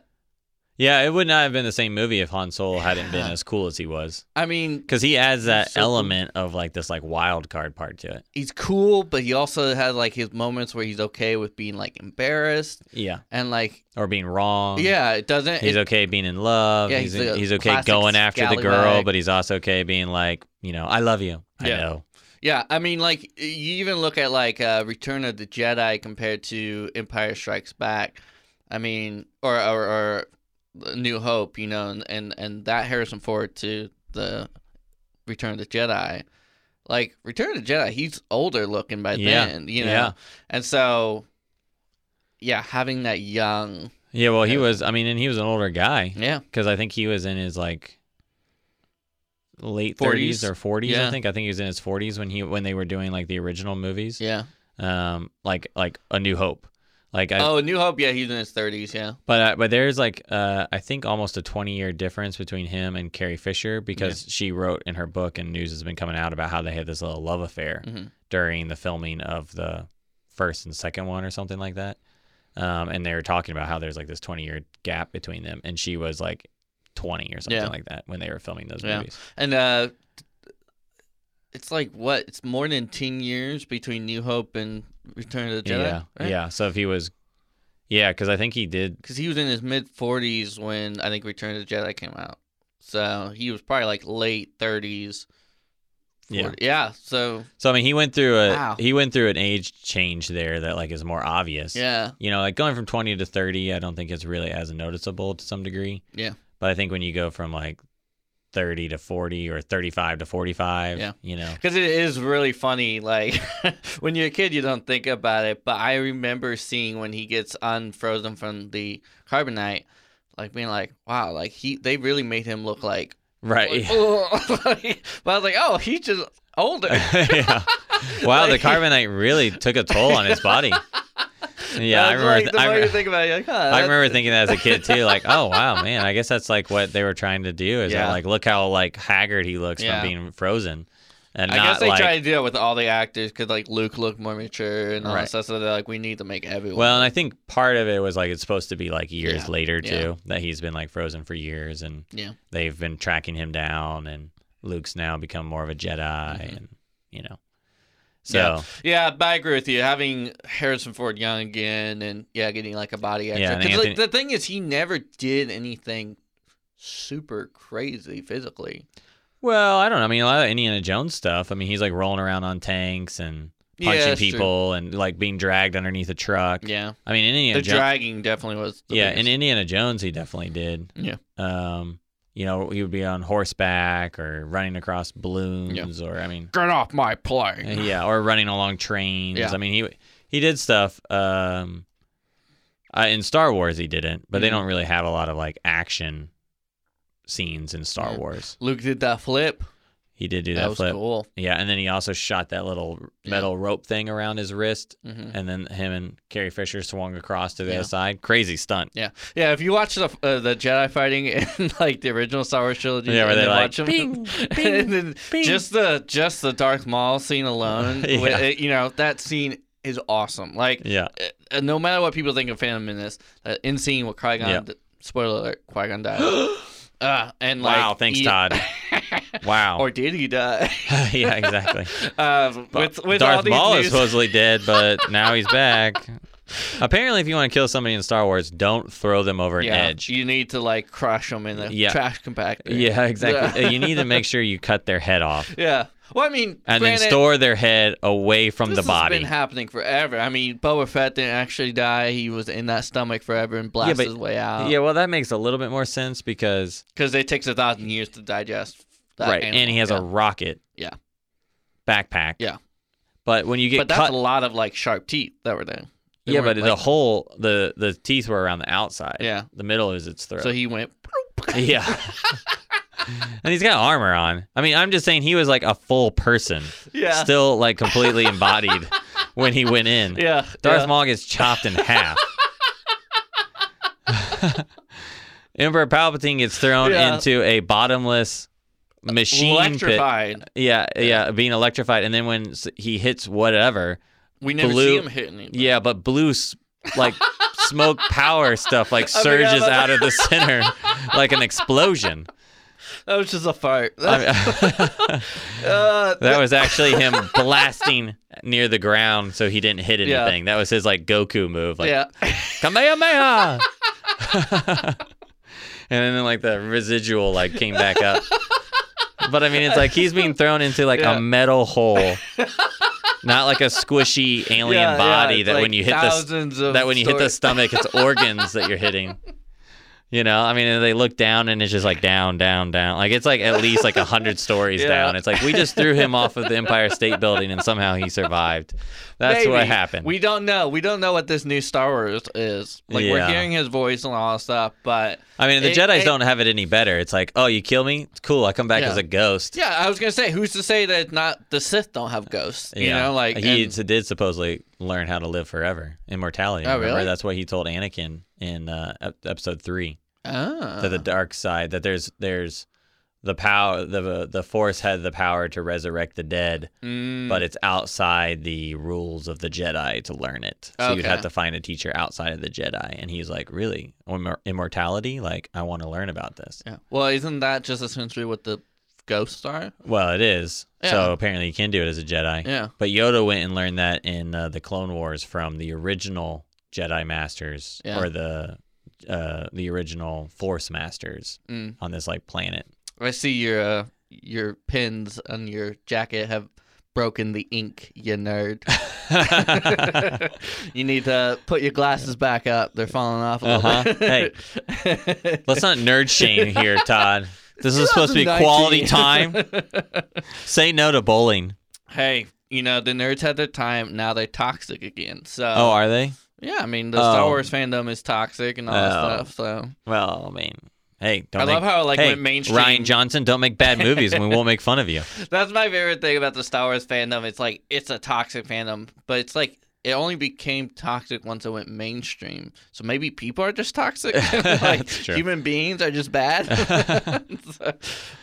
yeah. It would not have been the same movie if Han Solo hadn't been
Yeah.
as cool as he was.
I mean,
Because he adds that
So cool.
element of like this like wild card part to it.
he's cool, but he also has like his moments where he's okay with being like embarrassed
Yeah,
and like
or being wrong.
Yeah, it [laughs] doesn't.
He's
it,
okay being in love.
Yeah,
he's
he's a
he's, okay
classic
going after the girl,
scallywag.
but he's also okay being like, you know, I love you. I
Yeah.
know.
Yeah, I mean, like you even look at like uh, Return of the Jedi compared to Empire Strikes Back. I mean, or or, or The New Hope, you know, and, and and that Harrison Ford to the Return of the Jedi. Like Return of the Jedi, he's older looking by
Yeah,
then, you know,
yeah.
and so yeah, having that young,
Yeah, well, he
Yeah. Mm.
was. I mean, and he was an older guy
yeah,
because I think he was in his like late
40s.
30s or 40s.
Yeah.
I think. I think he was in his 40s when he when they were doing like the original movies.
yeah.
Um, like like A New Hope. Like I,
oh, New Hope, yeah, he's in his thirties, yeah,
But uh, but there's like uh, I think almost a 20 year difference between him and Carrie Fisher because she wrote in her book and news has been coming out about how they had this little love affair
Mhm.
during the filming of the first and second one or something like that. Um, and they were talking about how there's like this 20 year gap between them and she was like 20 or something
Yeah.
like that when they were filming those
Yeah.
movies.
and uh, it's like what? It's more than ten years between New Hope and Return of the Jedi.
yeah.
right?
Yeah. So if he was yeah, because I think he did.
because he was in his mid 40s when I think Return of the Jedi came out. So he was probably like late 30s.
Yeah.
40 Yeah. So,
So I mean, he went through a
Wow.
he went through an age change there that like is more obvious.
yeah.
you know, like going from 20 to 30, I don't think it's really as noticeable to some degree.
Yeah.
But I think when you go from like 30 to 40 or 35 to 45,
Yeah.
you know,
Because it is really funny. Like [laughs] when you're a kid, you don't think about it. But I remember seeing when he gets unfrozen from the carbonite, like being like, wow, like he, they really made him look like,
right. [laughs]
like, "Ugh." [laughs] Like, but I was like, oh, he's just older.
yeah. Wow,
Like-
the carbonite really took a toll
[laughs]
on his body. [laughs] Yeah, I
That's
remember.
Like,
th-
the
I,
more
re-
you think about it, you're like, huh,
I
that's-
remember thinking that as a kid too. Like, oh wow, man, I guess that's like what they were trying to do. Is
Yeah.
that like look how like haggard he looks
Yeah.
from being frozen, and
I
not
guess they
like
try to do that with all the actors because like Luke looked more mature and all that
Right.
stuff. So they're like, we need to make everyone.
Well, and I think part of it was like it's supposed to be like years
Yeah,
later too
yeah.
that he's been like frozen for years, and
Yeah.
they've been tracking him down, and Luke's now become more of a Jedi,
Mhm.
and you know,
Yeah.
so
yeah, but I agree with you. Having Harrison Ford young again and yeah, getting like a body actor.
Yeah, and
'Cause, like,
Anthony-
the thing is, he never did anything super crazy physically.
well, I don't know. I mean, a lot of Indiana Jones stuff. I mean, he's like rolling around on tanks and
Yeah,
punching
that's true.
people and like being dragged underneath a truck.
Yeah,
I mean, in Indiana
the
Jones,
dragging definitely was. The
yeah, in
biggest.
Indiana Jones, he definitely did.
Yeah.
Um, you know, he would be on horseback or running across balloons, or I mean. uh,
get off my plane.
yeah, or running along trains.
Yeah.
I mean, he he did stuff. Um, uh, in Star Wars, he didn't, but they
Mhm.
don't really have a lot of like action scenes in Star
Yeah.
Wars.
Luke did that flip.
He did do
that,
that,
was
flip.
cool.
Yeah, and then he also shot that little
Yeah.
metal rope thing around his wrist,
hmm
and then him and Carrie Fisher swung across to the
Yeah.
other side. Crazy stunt.
Yeah, if you watch the uh, the Jedi fighting [laughs] in like the original Star Wars trilogy,
Yeah, where
and
they're
then
like,
watch them,
"Bing,
[laughs] and then
bing."
just the just the Darth Maul scene alone,
[laughs] Yeah.
with it- you know that scene is awesome. Like,
Yeah,
uh, no matter what people think of Phantom Menace, uh, in seeing what Qui Gon,
Yeah.
spoiler alert, Qui Gon
[gasps]
died, uh, and like,
Wow, thanks,
he- [laughs]
Todd. wow.
or did he die? [laughs]
[laughs] yeah, exactly.
um, [laughs]
But
with with all
Darth
these
Maul
news,
is supposedly dead,
[laughs]
but now he's back. Apparently, if you want to kill somebody in Star Wars, don't throw them over an
yeah,
edge.
you need to like crush them in the
Yeah.
trash compactor.
Yeah, exactly.
[laughs]
Uh,
Yeah.
you need to make sure you cut their head off
yeah. Well, I mean,
and
granted,
then store their head away from
this
the
has
body.
been happening forever. I mean, Boba Fett didn't actually die. He was in that stomach forever and blasts
but-
his way out.
yeah, well, that makes a little bit more sense because
because it takes a thousand years to digest. That
right,
animal.
and he has a rocket.
Yeah.
Backpack.
Yeah.
But when you
yeah.
get
but that's
cut,
a lot of like sharp teeth that were there. They
yeah,
weren't,
but the
like-
whole the the teeth were around the outside.
Yeah.
The middle is its throat.
So he
[laughs]
went. [laughs]
Yeah. and he's got armor on. I mean, I'm just saying he was like a full person,
Yeah.
still like completely
[laughs]
embodied when he went in.
yeah.
Darth
yeah.
Maul gets chopped
[laughs]
in half. [laughs] Emperor Palpatine gets thrown
Yeah.
into a bottomless machine pit.
electrified.
Yeah, yeah, being electrified, and then when s- he hits whatever,
We never see
Blue-
him hitting. anything.
yeah, but blue, s-
[laughs]
like smoke power stuff, like
I forgot
surges
about
out of the center, like
[laughs]
an explosion.
that was just a fart.
I mean-
[laughs] Uh,
[laughs] that was actually him blasting near the ground so he didn't hit
Yeah.
anything. That was his like Goku move, like
yeah.
Kamehameha. [laughs] and then like the residual like came back up. But I mean, it's like he's being thrown into like
Yeah.
a metal hole, not like a squishy alien
yeah, yeah,
body
it's
that
like
when you hit the
thousands of [laughs]
that when you hit the
stories-
stomach, it's organs that you're hitting. You know, I mean, and they look down and it's just like down, down, down. Like it's like at least like a hundred stories
Yeah.
down. It's like we just threw him off of the Empire State Building and somehow he survived. That's what
Maybe.
happened.
We don't know. We don't know what this new Star Wars is. Like we're
Yeah.
hearing his voice and all that stuff, but
I mean, the
It-
Jedi's
it-
don't have it any better. It's like, oh, you kill me? It's cool. I come back
Yeah.
as a ghost.
yeah, I was gonna say, who's to say that not the Sith don't have ghosts? You
Yeah.
know, like
he
and-
s- did supposedly learn how to live forever, immortality.
Oh,
remember?
really?
That's what he told Anakin in uh, ep- episode three.
Ah.
to the dark side that there's there's the power the the force had the power to resurrect the dead
Mm.
but it's outside the rules of the jedi to learn it so you'd
Okay.
have to find a teacher outside of the jedi and he's like really Immor- immortality like i want to learn about this
Yeah. Well, isn't that just essentially what the ghosts are?
well it is
Yeah.
so apparently you can do it as a jedi
Yeah.
but yoda went and learned that in uh, the clone wars from the original jedi masters
Yeah.
or the uh, the original force masters
Mm.
on this
[laughs]
like planet
I see your uh, your pins on your jacket have broken the ink, you
[laughs]
nerd. [laughs] you need to put your glasses back up. They're falling off a little
Uh-huh.
bit. [laughs] Hey.
Let's not nerd shame
[laughs]
here, Todd. This is supposed to be quality time. Say no to bowling.
hey, you know, the nerds had their time. Now they're toxic again. So,
Oh, are they?
yeah, I mean, the Star
Oh.
Wars fandom is toxic and all
Oh.
that stuff. So,
Well, I mean, hey, don't
I
make,
love how, like,
hey,
when mainstream.
Ryan Johnson, don't make bad movies and we won't make fun of
[laughs]
you.
That's my favorite thing about the Star Wars fandom. It's like it's a toxic fandom, but it's like it only became toxic once it went mainstream. So maybe people are just
[laughs]
toxic. [laughs] like
That's true.
human beings are just
[laughs]
bad. [laughs] So-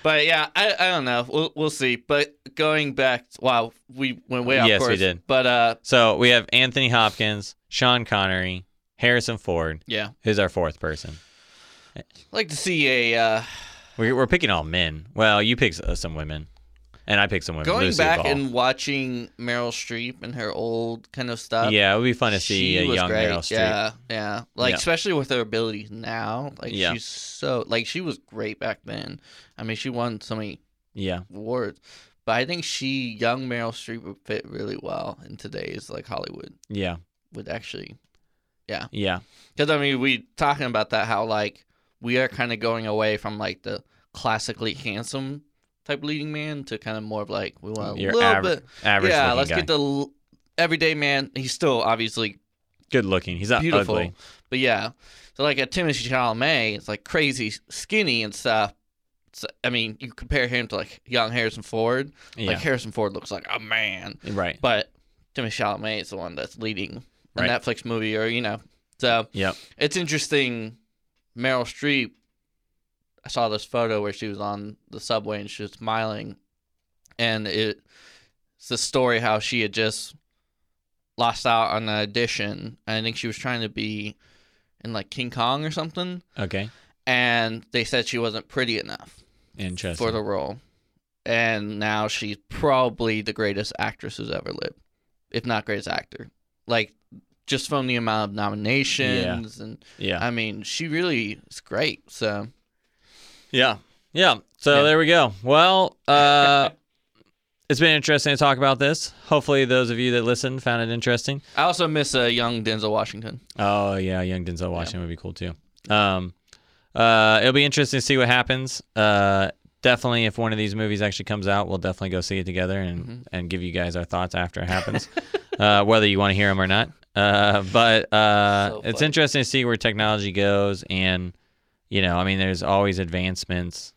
but yeah, I, I don't know. We'll we'll see. But going back, wow, we went way off
Yes, we
course.
did.
But uh,
So we have Anthony Hopkins, Sean Connery, Harrison Ford,
yeah,
who's our fourth person.
like to see a uh,
We're, we're picking all men. Well, you pick uh, some women, and I pick some women.
going
Lucy
back
Ball.
and watching Meryl Streep and her old kind of stuff.
yeah, it would be fun to see
She
a
was
young
great.
Meryl Streep.
Yeah, yeah. Like
Yeah.
especially with her abilities now, like
Yeah.
she's so like she was great back then. I mean, she won so many
yeah,
awards, but I think she young Meryl Streep would fit really well in today's like Hollywood.
yeah,
Would actually
yeah.
because I mean we talking about that how like we are kind of going away from like the classically handsome type leading man to kind of more of like we want a
Your
little
average,
bit
average
yeah
looking
let's
guy.
get the l- everyday man he's still obviously
Good looking. He's not
beautiful.
ugly.
But yeah, so like a Timothy Chalamet, it's like crazy skinny and stuff. So, I mean, you compare him to like young Harrison Ford.
Yeah,
Like Harrison Ford looks like a man,
right.
but Timothy Chalamet is the one that's leading a
Right.
Netflix movie, or you know. So
Yep.
it's interesting. Meryl Streep. I saw this photo where she was on the subway and she was smiling, and it, it's the story how she had just lost out on an audition. I think she was trying to be in like King Kong or something,
Okay.
and they said she wasn't pretty enough
Interesting.
for the role, and now she's probably the greatest actress who's ever lived, if not greatest actor. Like just from the amount of nominations and
yeah.
I mean, she really is great. So
yeah. Yeah. So
Yeah.
there we go. Well, uh, [laughs] it's been interesting to talk about this. Hopefully, those of you that listened found it interesting.
I also miss
uh,
a young Denzel Washington.
Oh yeah, young Denzel Washington would be cool too. Um, uh, it'll be interesting to see what happens. Uh, definitely, if one of these movies actually comes out, we'll definitely go see it together and
Mm-hmm.
and give you guys our thoughts after it happens, [laughs] uh, whether you want to hear them or not. Uh, but uh,
So
it's
funny.
interesting to see where technology goes, and you know, I mean, there's always advancements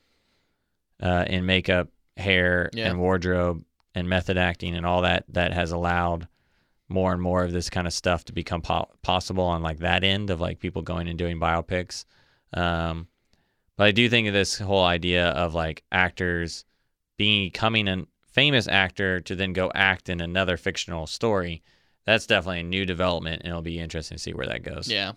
uh, in makeup, hair,
Yeah.
and wardrobe, and method acting, and all that that has allowed more and more of this kind of stuff to become po- possible on like that end of like people going and doing biopics. Um, but I do think of this whole idea of like actors becoming a famous actor to then go act in another fictional story. That's definitely a new development, and it'll be interesting to see where that goes.
Yeah,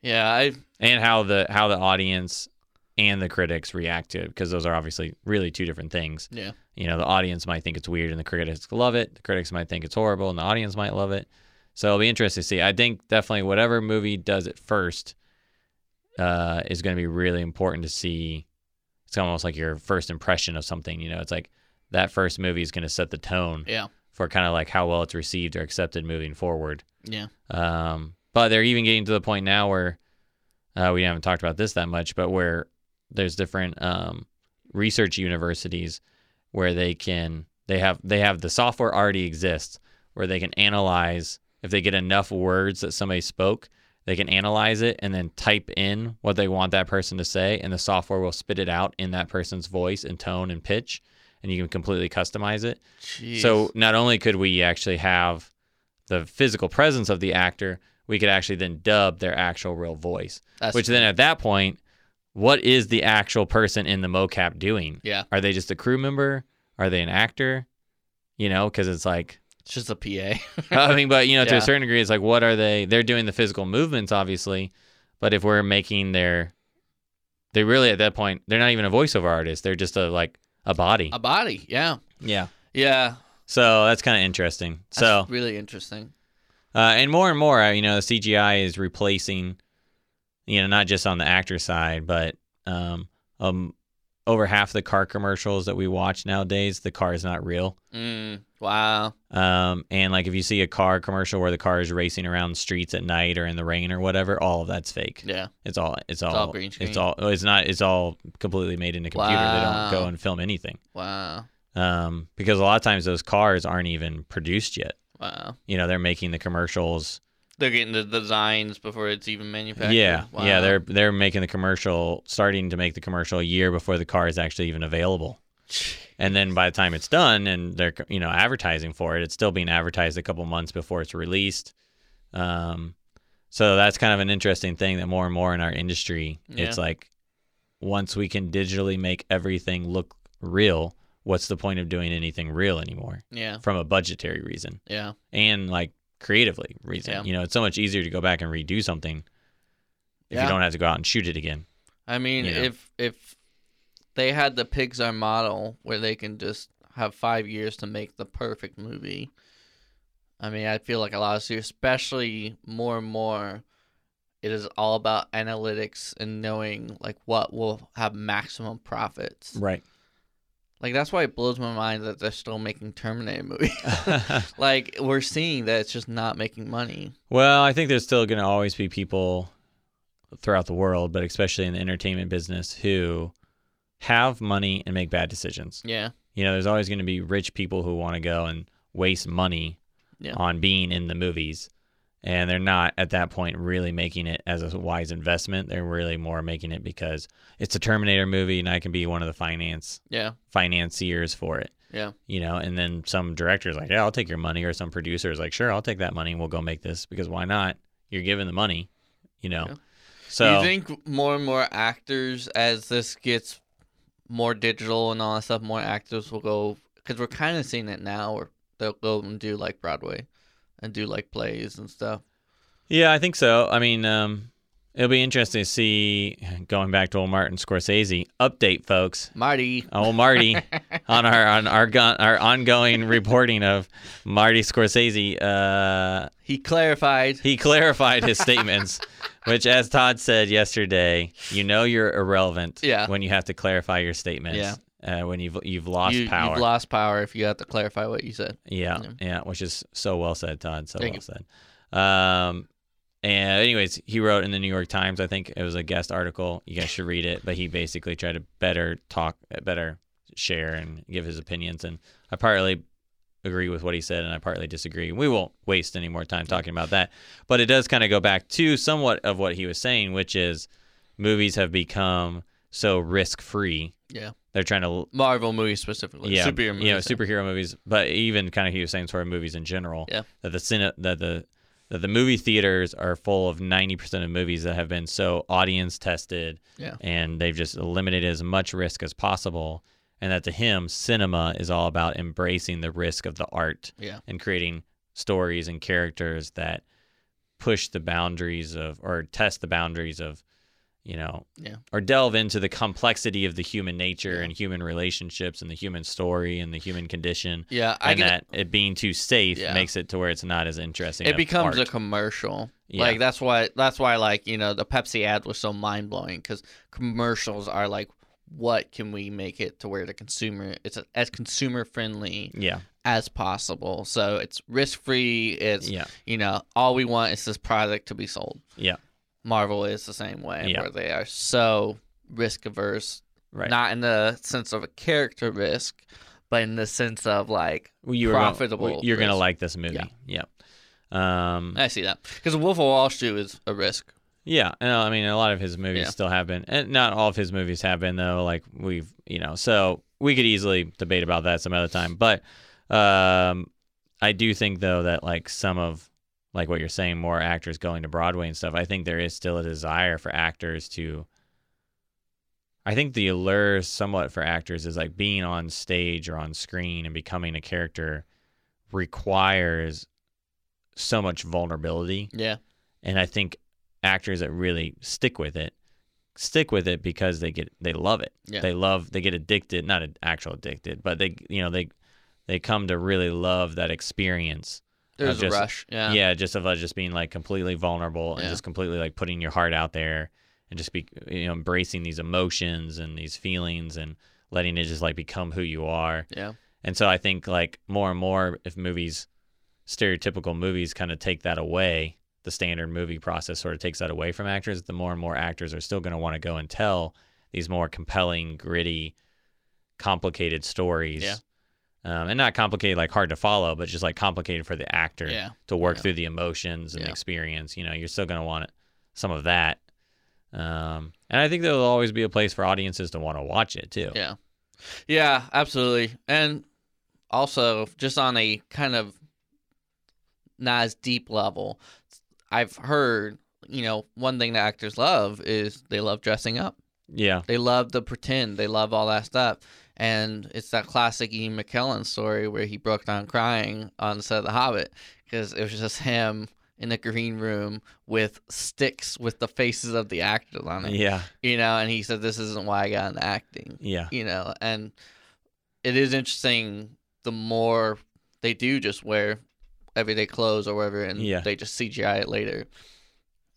yeah. I
And how the how the audience and the critics react to it, because those are obviously really two different things.
yeah.
You know, the audience might think it's weird, and the critics love it. The critics might think it's horrible, and the audience might love it. So it'll be interesting to see. I think definitely whatever movie does it first uh, is going to be really important to see. It's almost like your first impression of something. You know, it's like that first movie is going to set the tone
Yeah.
for kind of like how well it's received or accepted moving forward.
Yeah.
Um, but they're even getting to the point now where uh, we haven't talked about this that much, but where there's different um, research universities where they can they have they have the software already exists where they can analyze if they get enough words that somebody spoke, they can analyze it and then type in what they want that person to say, and the software will spit it out in that person's voice and tone and pitch, and you can completely customize it.
Jeez.
So not only could we actually have the physical presence of the actor, we could actually then dub their actual real voice.
That's
which then at that point, what is the actual person in the mocap doing?
Yeah.
Are they just a crew member? Are they an actor? You know, because it's like,
[laughs] it's just a PA.
I mean, but you know, to
Yeah.
a certain degree, it's like, what are they? They're doing the physical movements, obviously, but if we're making their, they really at that point, they're not even a voiceover artist. They're just a like a body.
a body. Yeah.
yeah.
Yeah.
So that's kind of interesting.
That's
so
really interesting.
Uh, and more and more, uh, you know, CGI is replacing, you know, not just on the actor side, but um, um, over half the car commercials that we watch nowadays, the car is not real.
Mm, wow.
Um, and like if you see a car commercial where the car is racing around streets at night or in the rain or whatever, all of that's fake.
Yeah.
It's all it's all
all green screen.
It's all oh, it's not it's all completely made in a computer. They don't
Wow.
go and film anything.
Wow.
Um, because a lot of times those cars aren't even produced yet.
Wow.
You know, they're making the commercials
They're getting the designs before it's even manufactured.
Yeah,
Wow.
yeah, they're they're making the commercial, starting to make the commercial a year before the car is actually even available, and then by the time it's done and they're you know advertising for it, it's still being advertised a couple months before it's released. Um, so that's kind of an interesting thing that more and more in our industry, it's
Yeah.
like once we can digitally make everything look real, what's the point of doing anything real anymore
Yeah.
from a budgetary reason?
Yeah.
and like creatively reason.
Yeah.
You know, it's so much easier to go back and redo something if
Yeah.
you don't have to go out and shoot it again.
I mean,
Yeah.
if if they had the Pixar model where they can just have five years to make the perfect movie, I mean, I feel like a lot of studios, especially more and more, it is all about analytics and knowing like what will have maximum profits.
Right.
Like that's why it blows my mind that they're still making Terminator [laughs] movies. like we're seeing that it's just not making money.
[laughs] well, I think there's still going to always be people throughout the world, but especially in the entertainment business, who have money and make bad decisions.
Yeah.
You know, there's always going to be rich people who want to go and waste money
Yeah.
on being in the movies. And they're not at that point really making it as a wise investment. They're really more making it because it's a Terminator movie and I can be one of the finance
Yeah.
financiers for it.
Yeah.
You know, and then some director's like, yeah, I'll take your money, or some producer's like, sure, I'll take that money and we'll go make this because why not? You're given the money, you know.
Yeah. Do
So
you think more and more actors, as this gets more digital and all that stuff, more actors will go because we're kind of seeing it now, where they'll go and do like Broadway and do like plays and stuff.
yeah, I think so. I mean, um, it'll be interesting to see going back to old Martin Scorsese update folks.
Marty, [laughs]
Old Marty on our on our gon- our ongoing reporting of Marty Scorsese uh
he clarified.
He clarified his
[laughs]
statements, which, as Todd said yesterday, you know you're irrelevant
Yeah.
when you have to clarify your statements. Uh, when you've you've lost
you,
power.
You've lost power if you have to clarify what you said.
yeah,
Yeah.
yeah, which is so well said, Todd. So
Thank
well said. Um, and anyways, he wrote in the New York Times. I think it was a guest article. You guys should read it. But he basically tried to better talk, better share, and give his opinions. And I partly agree with what he said, and I partly disagree. We won't waste any more time talking about that. But it does kind of go back to somewhat of what he was saying, which is movies have become so risk free.
Yeah.
They're trying to
Marvel movies specifically.
yeah,
Superhero movies.
you know, superhero movies, but even kind of he was saying sort of movies in general.
Yeah.
That the cine, that the that the movie theaters are full of ninety percent of movies that have been so audience tested.
Yeah.
And they've just eliminated as much risk as possible. And that to him, cinema is all about embracing the risk of the art
Yeah.
and creating stories and characters that push the boundaries of or test the boundaries of you know
Yeah.
or delve into the complexity of the human nature
Yeah.
and human relationships and the human story and the human condition
Yeah. I
and
can,
that it being too safe
Yeah.
makes it to where it's not as interesting
it
of
becomes
art.
a commercial.
Yeah.
Like that's why that's why like you know the Pepsi ad was so mind blowing because commercials are like what can we make it to where the consumer it's as consumer friendly
yeah
as possible. So it's risk free. It's
yeah
you know all we want is this product to be sold.
yeah
Marvel is the same way,
Yeah.
where they are so risk averse,
Right.
not in the sense of a character risk, but in the sense of like
Well, you were gonna-
profitable
you're gonna
risk.
like this movie. Yeah. Um,
I see that because Wolf of Wall Street is a risk.
yeah. No, I mean, a lot of his movies
Yeah.
still have been, and not all of his movies have been though. Like we've, you know, so we could easily debate about that some other time. But um, I do think though that like some of like what you're saying, more actors going to Broadway and stuff. I think there is still a desire for actors to. I think the allure somewhat for actors is like being on stage or on screen and becoming a character requires so much vulnerability.
Yeah,
and I think actors that really stick with it stick with it because they get they love it.
Yeah.
They love they get addicted, not ad- actual addicted, but they you know they they come to really love that experience.
there's
just-
a rush. Yeah,
Yeah, just of us just being like completely vulnerable and
Yeah.
just completely like putting your heart out there and just be you know embracing these emotions and these feelings and letting it just like become who you are.
yeah,
And so I think like more and more if movies stereotypical movies kind of take that away, the standard movie process sort of takes that away from actors, the more and more actors are still going to want to go and tell these more compelling, gritty, complicated stories.
Yeah.
Um, and not complicated like hard to follow, but just like complicated for the actor
yeah.
to work
Yeah.
through the emotions and the
Yeah.
experience. You know, you're still going to want some of that. Um, and I think there'll always be a place for audiences to want to watch it too.
Yeah. Yeah, absolutely. And also, just on a kind of not as deep level, I've heard, you know, one thing that actors love is they love dressing up.
Yeah.
They love the pretend. They love all that stuff. And it's that classic Ian McKellen story where he broke down crying on the set of The Hobbit because it was just him in a green room with sticks with the faces of the actors on it,
Yeah.
you know, and he said, This isn't why I got into acting
Yeah.
you know and it is interesting the more they do just wear everyday clothes or whatever and
Yeah.
they just cgi it later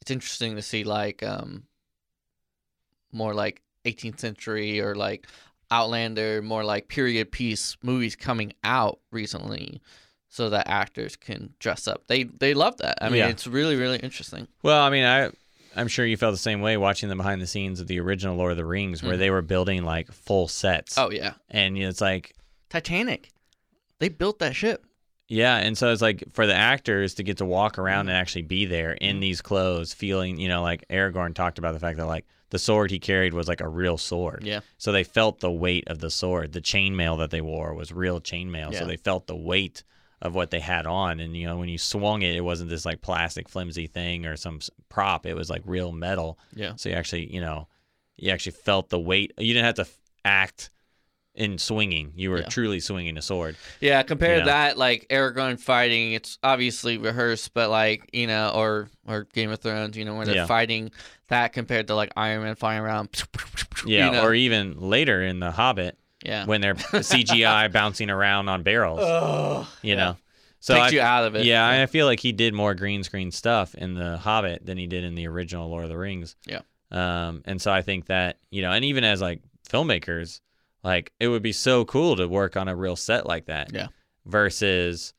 it's interesting to see like um more like 18th century or like outlander more like period piece movies coming out recently so that actors can dress up they they love that i mean
Yeah.
it's really really interesting
Well, I mean, I I'm sure you felt the same way watching the behind the scenes of the original Lord of the Rings, where
Mhm.
they were building like full sets.
oh yeah
and you know, it's like
titanic they built that ship
yeah, and so it's like for the actors to get to walk around
Mhm.
and actually be there in
Mhm.
these clothes, feeling you know, like Aragorn talked about the fact that like the sword he carried was like a real sword.
yeah
So they felt the weight of the sword. The chainmail that they wore was real chainmail.
Yeah.
So they felt the weight of what they had on. And, you know, when you swung it, it wasn't this like plastic, flimsy thing or some s- prop. It was like real metal.
yeah
So you actually, you know, you actually felt the weight. You didn't have to f- act in swinging. You were
Yeah.
truly swinging a sword.
Yeah, compare
Yeah.
that like Aragorn fighting. It's obviously rehearsed, but like you know, or or Game of Thrones, you know, when they're
Yeah.
fighting that compared to like Iron Man flying around. [laughs]
Yeah.
you know?
Or even later in The Hobbit
yeah. [laughs]
when they're CGI bouncing around on barrels,
Ugh.
you
Yeah.
know. So
takes
I,
you out of it.
yeah, I feel like he did more green screen stuff in The Hobbit than he did in the original Lord of the Rings.
Yeah.
Um, and so I think that, you know, and even as like filmmakers, like it would be so cool to work on a real set like that.
Yeah.
Versus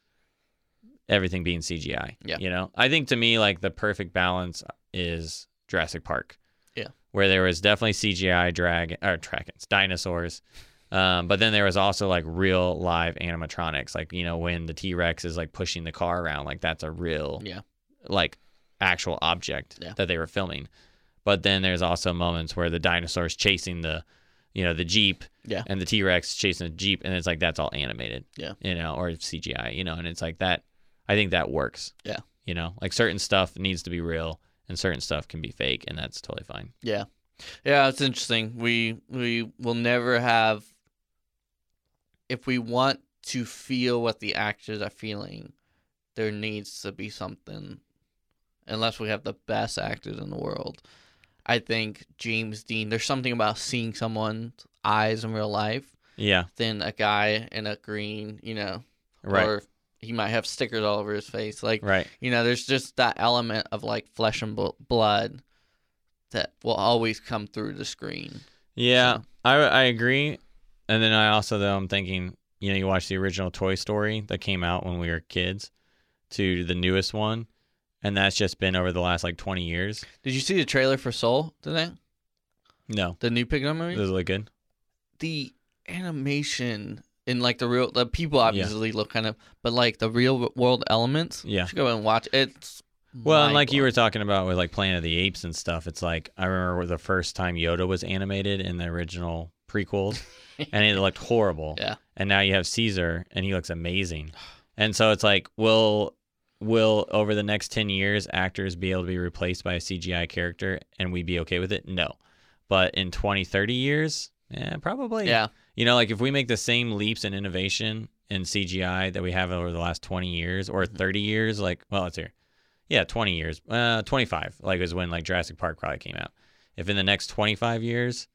everything being CGI.
Yeah.
You know, I think to me, like the perfect balance is Jurassic Park.
Yeah.
Where there was definitely CGI dragon or dragons, dinosaurs. Um, but then there was also like real live animatronics, like you know when the T Rex is like pushing the car around, like that's a real
Yeah.
like actual object
Yeah.
that they were filming. But then there's also moments where the dinosaurs chasing the you know the jeep
Yeah.
and the T Rex chasing the jeep, and it's like that's all animated,
Yeah.
you know, or CGI, you know, and it's like that. I think that works.
Yeah.
you know, like certain stuff needs to be real, and certain stuff can be fake, and that's totally fine.
Yeah. Yeah, it's interesting. We we will never have if we want to feel what the actors are feeling, there needs to be something unless we have the best actors in the world. I think James Dean, there's something about seeing someone's eyes in real life
Yeah,
than a guy in a green, you know,
right,
or he might have stickers all over his face. Like
right,
you know, there's just that element of like flesh and bl- blood that will always come through the screen.
yeah.
So-
I I agree, and then I also though I'm thinking, you know, you watch the original Toy Story that came out when we were kids, to the newest one, and that's just been over the last like 20 years.
Did you see the trailer for Soul today?
No,
The new Pixar movie?
those look good.
the animation and like the real the people obviously look kind of but like the real world elements
Yeah.
you should go and watch it. it's
Well, and like you were
mind-blowing.
talking about with like Planet of the Apes and stuff, it's like I remember the first time Yoda was animated in the original prequels, and it looked [laughs] horrible.
Yeah.
And now you have Caesar, and he looks amazing. And so it's like, will will over the next ten years actors be able to be replaced by a CGI character, and we be okay with it? No. But in 20, 30 years, yeah, probably.
yeah
You know, like if we make the same leaps in innovation in CGI that we have over the last 20 years or
Mm-hmm.
30 years, like, well, it's here. Yeah, 20 years. Uh, 25, like, is when, like, Jurassic Park probably came out. If in the next 25 years,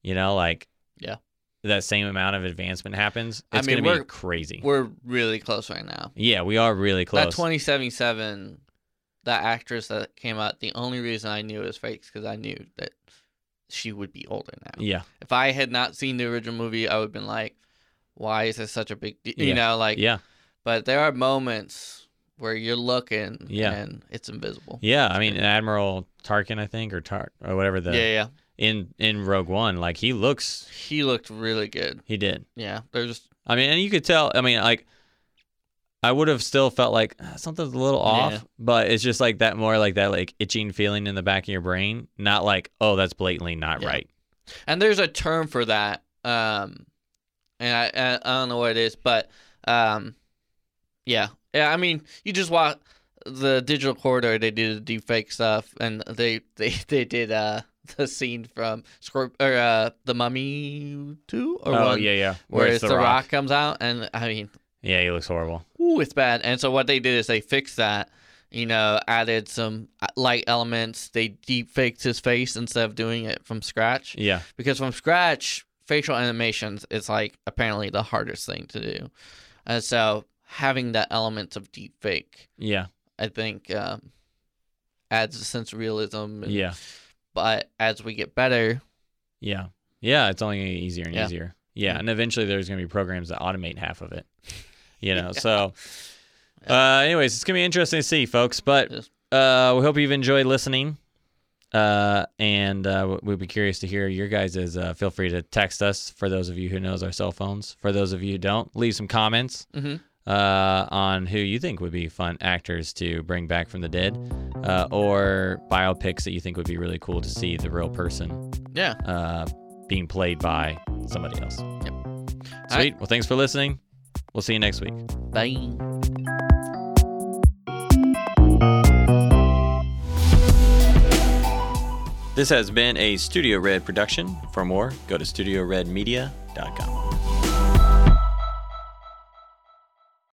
you know, like,
Yeah.
that same amount of advancement happens,
I
it's
mean,
going to
we're-
be crazy.
we're really close right now
Yeah, we are really close.
that 2077 that actress that came out the only reason i knew it was fake because i knew that she would be older now
yeah,
if i had not seen the original movie i would have been like why is this such a big deal you
Yeah.
know like
yeah,
but there are moments where you're looking
Yeah.
and it's invisible
yeah. I mean, Admiral Tarkin, I think, or Tar or whatever the
yeah yeah
in in Rogue One, like he looks,
he looked really good
he did.
Yeah, they're just
I mean, and you could tell. I mean, like, I would have still felt like "Ah, something's a little off,
Yeah.
but it's just like that more like that like itching feeling in the back of your brain, not like oh that's blatantly not
Yeah.
right.
and there's a term for that. Um, and I I, I don't know what it is, but um, yeah, yeah. I mean, you just watch the digital corridor. They do the deep fake stuff, and they [laughs] they they did uh the scene from Scorp or uh the Mummy two or one
yeah.
Oh, where it's the, rock. comes out, and I mean,
Yeah, he looks horrible.
ooh, it's bad. And so what they did is they fixed that. You know, added some uh, light elements. They deep faked his face instead of doing it from scratch.
Yeah,
because from scratch facial animations is like apparently the hardest thing to do and so having that element of deep fake
yeah,
i think um, adds a sense of realism and-
yeah,
but as we get better
yeah, yeah. It's only gonna get easier and
Yeah.
easier. Yeah,
Mhm.
and eventually there's gonna be programs that automate half of it. You know, so. Uh, anyways, it's gonna be interesting to see, folks. But
Yes.
uh, we hope you've enjoyed listening. Uh, and uh, we'd be curious to hear your guys' uh, feel free to text us for those of you who knows our cell phones. For those of you who don't, leave some comments
Mhm.
uh, on who you think would be fun actors to bring back from the dead, uh, or biopics that you think would be really cool to see the real person
yeah
uh, being played by somebody else.
Yep.
Sweet. Well, thanks for listening. We'll see you next week.
bye
This has been a Studio Red production. For more, go to studioredmedia.com.